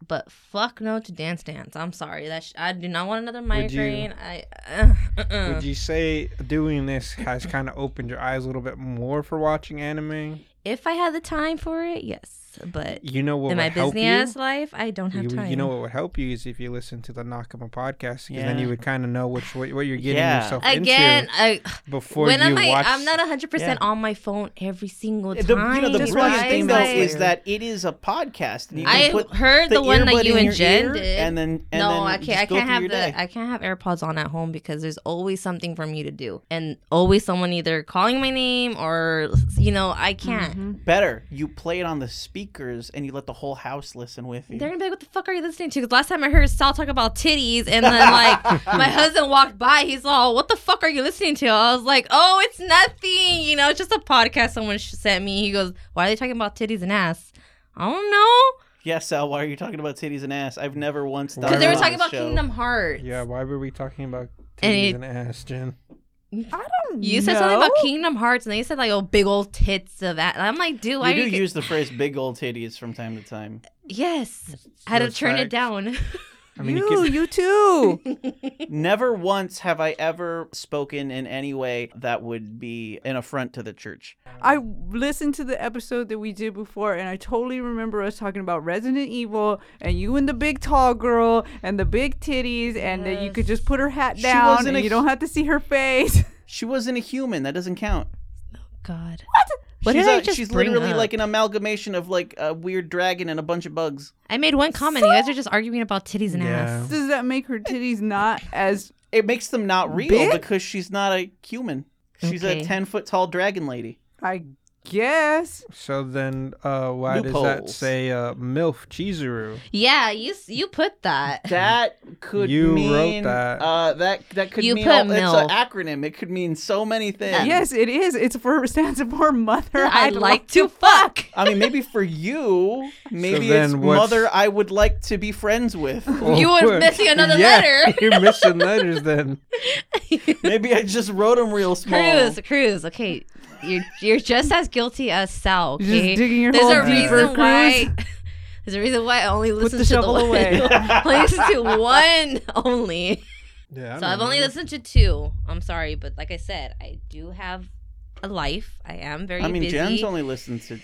Speaker 1: But fuck no to Dance Dance. I'm sorry. That sh- I do not want another
Speaker 4: Would you-
Speaker 1: migraine. I uh, uh-uh.
Speaker 4: Would you say doing this has kind of opened your eyes a little bit more for watching anime?
Speaker 1: if I had the time for it, yes. But
Speaker 4: You know what
Speaker 1: in
Speaker 4: would
Speaker 1: my
Speaker 4: help
Speaker 1: busy ass life, I don't
Speaker 4: you?
Speaker 1: have
Speaker 4: You,
Speaker 1: time.
Speaker 4: you know what would help you is if you listen to the Nakama podcast, because then
Speaker 3: Yeah.
Speaker 4: you would kind of know which what, what you're getting
Speaker 3: Yeah.
Speaker 4: yourself
Speaker 1: Again,
Speaker 4: into
Speaker 1: I, *sighs*
Speaker 4: before
Speaker 1: when
Speaker 4: you
Speaker 1: am I?
Speaker 4: watch.
Speaker 1: I'm not 100 percent
Speaker 3: Yeah.
Speaker 1: on my phone every single
Speaker 3: The,
Speaker 1: time.
Speaker 3: you know, the
Speaker 1: guys.
Speaker 3: brilliant thing though
Speaker 1: Like,
Speaker 3: is that it is a podcast and you can
Speaker 1: I
Speaker 3: put
Speaker 1: heard the, one
Speaker 3: earbud
Speaker 1: that you
Speaker 3: in your ear
Speaker 1: engendered,
Speaker 3: and then and
Speaker 1: no,
Speaker 3: then
Speaker 1: I
Speaker 3: just
Speaker 1: can't. I
Speaker 3: go
Speaker 1: can't
Speaker 3: through
Speaker 1: have
Speaker 3: your day.
Speaker 1: the. I can't have AirPods on at home because there's always something for me to do, and always someone either calling my name or you know I can't.
Speaker 3: Mm-hmm. Better, you play it on the speakers and you let the whole house listen with you.
Speaker 1: They're gonna be like, "What the fuck are you listening to?" Because last time I heard Sal talk about titties, and then
Speaker 3: *laughs*
Speaker 1: like my husband walked by, he's all, "What the fuck are you listening to?" I was like, "Oh, it's nothing. You know, it's just a podcast someone sh- sent me." He goes, "Why are they talking about titties and ass?" I don't know.
Speaker 3: Yeah, Sal, why are you talking about titties and ass? I've never once thought
Speaker 4: Because
Speaker 1: Because they were
Speaker 4: Around
Speaker 1: talking about
Speaker 3: show.
Speaker 1: Kingdom Hearts.
Speaker 4: Yeah, why were we talking about
Speaker 1: And
Speaker 4: titties
Speaker 1: it-
Speaker 4: and ass, Jen?
Speaker 2: I don't.
Speaker 1: You said
Speaker 2: know.
Speaker 1: something about Kingdom Hearts, and then you said like, "Oh, big old tits of that." And I'm like, "Dude, why
Speaker 3: You do
Speaker 1: are you?"
Speaker 3: use the phrase "big old titties" from time
Speaker 1: *laughs*
Speaker 3: to time.
Speaker 1: yes, I had to
Speaker 4: That's
Speaker 1: turn
Speaker 4: facts.
Speaker 1: it down. *laughs*
Speaker 4: I mean, you,
Speaker 2: you,
Speaker 4: can-
Speaker 2: you too.
Speaker 3: Never once have I ever spoken in any way that would be an affront to the church.
Speaker 2: I listened to the episode that we did before, and I totally remember us talking about Resident Evil and you and the big tall girl and the big titties, and that you could just put her hat
Speaker 3: She
Speaker 2: down
Speaker 3: wasn't
Speaker 2: and
Speaker 3: a-
Speaker 2: you don't have to see her face. *laughs*
Speaker 3: She wasn't a human. That doesn't count.
Speaker 1: God, what? What
Speaker 3: she's
Speaker 1: did I
Speaker 3: a-
Speaker 1: just
Speaker 3: she's
Speaker 1: bring
Speaker 3: literally
Speaker 1: up?
Speaker 3: like an amalgamation of like a weird dragon and a bunch of bugs.
Speaker 1: I made one comment. you guys are just arguing about titties and
Speaker 4: *laughs* yeah.
Speaker 1: ass.
Speaker 2: Does that make her titties not as
Speaker 3: It makes them not real
Speaker 2: Big?
Speaker 3: because she's not a human. She's
Speaker 1: Okay. *laughs*
Speaker 3: a ten foot tall dragon lady.
Speaker 2: I guess.
Speaker 4: So then, uh, why does that
Speaker 3: Loopholes.
Speaker 4: say uh, MILF Chizuru?
Speaker 1: Yeah, you s- you put that.
Speaker 3: *laughs* That could
Speaker 4: You wrote
Speaker 3: mean
Speaker 4: that.
Speaker 3: Uh, that that could
Speaker 1: You
Speaker 3: mean
Speaker 1: put
Speaker 3: all- it's an
Speaker 1: milf.
Speaker 3: acronym. It could mean so many things.
Speaker 2: Yes, it is. It's for stands for mother.
Speaker 1: I
Speaker 2: *laughs* I'd
Speaker 1: like to fuck.
Speaker 3: I mean, maybe for
Speaker 4: *laughs*
Speaker 3: you, maybe
Speaker 4: then
Speaker 3: it's
Speaker 4: what's-
Speaker 3: mother I would like to be friends with.
Speaker 1: You
Speaker 4: *laughs* Oh,
Speaker 1: were missing another
Speaker 4: *laughs* yeah,
Speaker 1: letter.
Speaker 4: You're missing letters then.
Speaker 3: maybe I just wrote them real small.
Speaker 1: Cruz, Cruz. Okay, you're you're just as guilty as Sal.
Speaker 2: You're just
Speaker 1: Okay?
Speaker 2: digging your
Speaker 1: There's
Speaker 2: hole
Speaker 1: a
Speaker 2: deeper,
Speaker 1: reason
Speaker 2: Cruz.
Speaker 1: why. *laughs* There's a reason why I only listen
Speaker 2: the
Speaker 1: to
Speaker 2: shovel
Speaker 1: the *laughs*
Speaker 2: away.
Speaker 1: One, I listen to one only.
Speaker 4: Yeah.
Speaker 1: *laughs*
Speaker 4: I
Speaker 1: So I've
Speaker 4: don't
Speaker 1: only
Speaker 4: know.
Speaker 1: listened to two. I'm sorry, but like I said, I do have a life. I am very
Speaker 3: I mean,
Speaker 1: busy.
Speaker 3: Jen's only listened to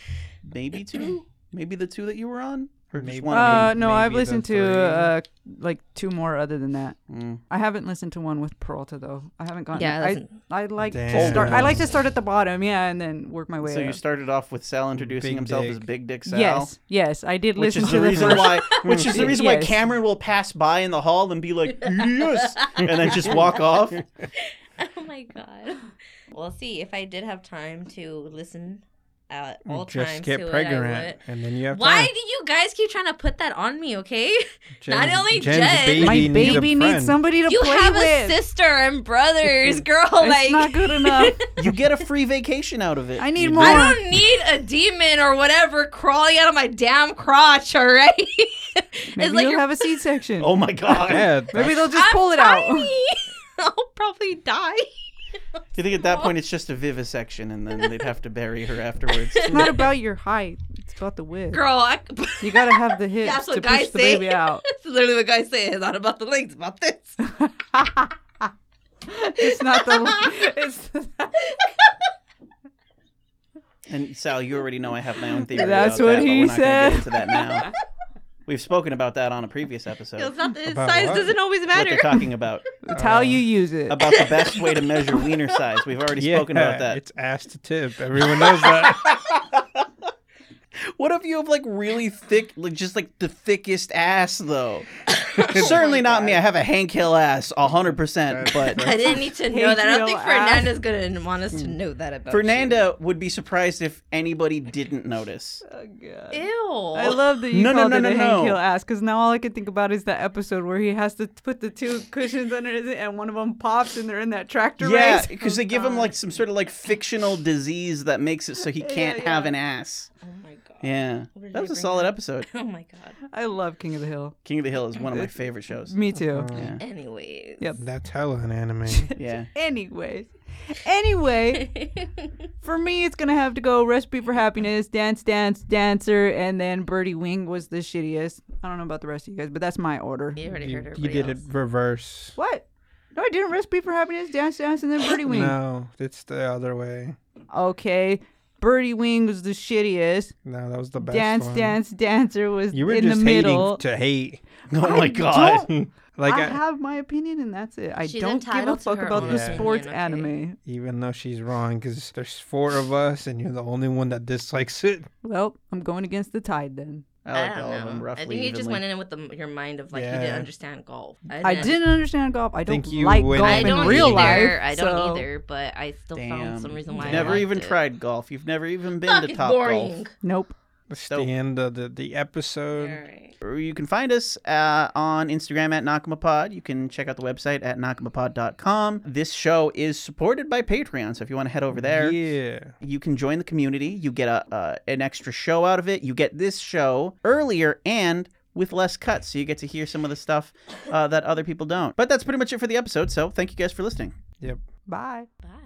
Speaker 3: maybe two, maybe the two that you were on, or
Speaker 4: Maybe.
Speaker 3: just one.
Speaker 2: Uh,
Speaker 4: Maybe-
Speaker 2: no, I've
Speaker 4: maybe
Speaker 2: listened
Speaker 4: the
Speaker 2: to
Speaker 4: three.
Speaker 2: uh, like two more other than that.
Speaker 3: Mm.
Speaker 2: I haven't listened to one with Peralta though. I haven't gotten.
Speaker 1: Yeah,
Speaker 2: I,
Speaker 1: that's-
Speaker 2: I like to
Speaker 4: Damn.
Speaker 2: start. I like to start at the bottom, yeah, and then work my way.
Speaker 3: So you
Speaker 2: up.
Speaker 3: started off with Sal introducing
Speaker 4: Big
Speaker 3: himself as
Speaker 4: Dick.
Speaker 3: Big Dick Sal.
Speaker 2: Yes, yes, I did
Speaker 3: Which
Speaker 2: listen
Speaker 3: is
Speaker 2: to
Speaker 3: the reason
Speaker 2: first- *laughs*
Speaker 3: why, which is the reason why
Speaker 2: Yes.
Speaker 3: Cameron will pass by in the hall and
Speaker 2: *laughs*
Speaker 3: be like, "Yes," and then just walk off.
Speaker 1: *laughs* Oh my god. We'll see if I did have time to listen at all
Speaker 4: Just
Speaker 1: times
Speaker 4: get
Speaker 1: to it. I
Speaker 4: pregnant,
Speaker 1: would.
Speaker 4: and then you have
Speaker 1: Why
Speaker 4: time.
Speaker 1: do you guys keep trying to put that on me? Okay,
Speaker 4: Jen's-
Speaker 1: only
Speaker 4: Jen's
Speaker 1: Jen.
Speaker 4: Baby
Speaker 2: My
Speaker 4: needs a
Speaker 2: baby needs
Speaker 4: friend.
Speaker 2: somebody to
Speaker 1: you
Speaker 2: play
Speaker 1: have
Speaker 2: with.
Speaker 1: a sister and brothers, girl.
Speaker 2: *laughs* It's
Speaker 1: like *laughs*
Speaker 2: not good enough.
Speaker 3: You get a free vacation out of it.
Speaker 2: I need
Speaker 4: You
Speaker 2: more.
Speaker 1: I don't need a demon or whatever crawling out of my damn crotch. All right, *laughs* it's
Speaker 2: Maybe
Speaker 1: like
Speaker 2: you'll
Speaker 1: you're
Speaker 2: have a seed section.
Speaker 3: Oh my
Speaker 4: *laughs*
Speaker 3: god!
Speaker 4: *laughs* Yeah,
Speaker 2: Maybe they'll just
Speaker 1: I'm
Speaker 2: pull it out.
Speaker 1: tiny. *laughs* I'll probably die.
Speaker 3: Do you think at that point it's just a vivisection, and then they'd have to bury her
Speaker 2: *laughs*
Speaker 3: afterwards?
Speaker 2: It's not about your height. It's about the width.
Speaker 1: Girl, I,
Speaker 2: *laughs*
Speaker 1: *laughs*
Speaker 2: You gotta have the hips
Speaker 1: That's what
Speaker 2: to
Speaker 1: guys
Speaker 2: push the
Speaker 1: say.
Speaker 2: baby out.
Speaker 1: *laughs* that's literally what guys say. It's not about the length, it's about
Speaker 3: *laughs*
Speaker 1: this.
Speaker 2: It's not the.
Speaker 1: *laughs*
Speaker 2: *laughs* It's
Speaker 3: And Sal, you already know I have my own theory.
Speaker 2: That's
Speaker 3: about
Speaker 2: what
Speaker 3: that, but
Speaker 2: he
Speaker 3: we're not gonna
Speaker 2: said.
Speaker 3: Get into that now. We've spoken about that on a previous episode.
Speaker 1: It's not the
Speaker 4: About
Speaker 1: size
Speaker 4: what?
Speaker 1: doesn't always
Speaker 3: What
Speaker 1: matter.
Speaker 3: they're talking about
Speaker 2: it's how
Speaker 4: um,
Speaker 2: you use it.
Speaker 3: Uh, about the best way to measure wiener size. We've already
Speaker 4: *laughs* yeah,
Speaker 3: spoken about that.
Speaker 4: It's ass to tip. Everyone knows that. *laughs*
Speaker 3: What if you have like really thick, like just like the thickest ass though? Certainly not me. I have a Hank Hill ass, hundred percent. But
Speaker 1: *laughs* I didn't need to know that. I don't think
Speaker 2: Hate your ass.
Speaker 1: Fernanda's gonna want us to know that about
Speaker 3: Hmm. Fernanda would be surprised if anybody
Speaker 1: *laughs*
Speaker 3: didn't notice.
Speaker 2: Oh, God.
Speaker 1: You.
Speaker 2: I
Speaker 1: Ew. Oh
Speaker 2: love that you
Speaker 3: Oh, No, no,
Speaker 2: called
Speaker 3: no,
Speaker 2: it
Speaker 3: no,
Speaker 2: a
Speaker 3: no.
Speaker 2: Hank Hill ass because now all I can think about is that episode where he has to put the two cushions under his and one of them pops and they're in that tractor
Speaker 3: Yeah,
Speaker 2: race.
Speaker 1: Oh,
Speaker 2: Oh,
Speaker 3: because they give him like some sort of like fictional disease that makes
Speaker 1: *laughs*
Speaker 3: it so he can't have an ass.
Speaker 1: Oh my god.
Speaker 3: Yeah,
Speaker 1: did
Speaker 3: that
Speaker 1: they
Speaker 3: was a
Speaker 1: bring
Speaker 3: solid
Speaker 1: up?
Speaker 3: episode.
Speaker 1: Oh my god.
Speaker 2: I love King of the Hill.
Speaker 3: King of the Hill is
Speaker 1: *laughs*
Speaker 3: one of my favorite shows.
Speaker 2: Me too.
Speaker 3: Yeah.
Speaker 1: Anyways.
Speaker 2: Yep.
Speaker 4: That's hella an anime.
Speaker 3: Yeah.
Speaker 2: Anyways, anyway,
Speaker 3: *laughs*
Speaker 2: for me, it's gonna have to go Recipe for Happiness, Dance Dance Dancer, and then Birdie Wing was the shittiest. I don't know about the rest of you guys, but that's my order.
Speaker 1: You already heard
Speaker 4: You,
Speaker 1: everybody
Speaker 4: you did it
Speaker 1: else.
Speaker 4: reverse.
Speaker 2: What? No, I didn't. Recipe for Happiness, Dance Dance, and then Birdie Wing.
Speaker 4: No, it's the other way.
Speaker 2: Okay, Birdie Wing was the shittiest.
Speaker 4: No, that was the best
Speaker 2: Dance
Speaker 4: one.
Speaker 2: Dance Dancer was
Speaker 4: You were
Speaker 2: in
Speaker 4: just
Speaker 2: the middle.
Speaker 4: hating to hate.
Speaker 3: Oh my god.
Speaker 4: *laughs*
Speaker 2: *laughs*
Speaker 4: Like
Speaker 2: I
Speaker 4: I,
Speaker 2: have my opinion, and that's it. I
Speaker 1: She's
Speaker 2: don't give a
Speaker 1: entitled to
Speaker 2: fuck
Speaker 1: her
Speaker 2: about
Speaker 1: own
Speaker 2: the
Speaker 4: opinion,
Speaker 2: sports
Speaker 1: okay.
Speaker 2: anime.
Speaker 4: even though she's wrong, because there's four of us and you're the only one that dislikes it.
Speaker 2: Well, I'm going against the tide then.
Speaker 3: I
Speaker 1: I
Speaker 3: like all of
Speaker 1: don't
Speaker 3: them
Speaker 1: know. I
Speaker 3: roughly.
Speaker 1: think you just
Speaker 3: evenly.
Speaker 1: went in with the, your mind of like you
Speaker 4: Yeah.
Speaker 1: didn't understand golf.
Speaker 2: I didn't understand golf. I don't
Speaker 4: Think you
Speaker 2: like
Speaker 4: went
Speaker 2: golf
Speaker 1: I
Speaker 4: in
Speaker 1: don't
Speaker 2: in real
Speaker 1: either.
Speaker 2: life.
Speaker 1: I don't
Speaker 2: so-
Speaker 1: either. But I still
Speaker 3: Damn.
Speaker 1: found some reason why. I
Speaker 3: never
Speaker 1: liked
Speaker 3: even
Speaker 1: it.
Speaker 3: tried golf. You've never even been to
Speaker 1: Fucking
Speaker 3: Top
Speaker 1: boring.
Speaker 2: Nope.
Speaker 4: That's
Speaker 3: Dope.
Speaker 4: the end of the, the
Speaker 3: Um,
Speaker 1: All
Speaker 4: episode.
Speaker 1: right.
Speaker 3: Golf. You can find us uh, on Instagram at NakamaPod. You can check out the website at nakamapod.com. This show is supported by Patreon, so if you want to head over there,
Speaker 4: Yeah.
Speaker 3: you can join the community. You get a uh, an extra show out of it. You get this show earlier and with less cuts, so you get to hear some of the stuff uh, that other people don't. But that's pretty much it for the episode. So thank you guys for listening.
Speaker 4: Yep.
Speaker 2: Bye.
Speaker 1: Bye.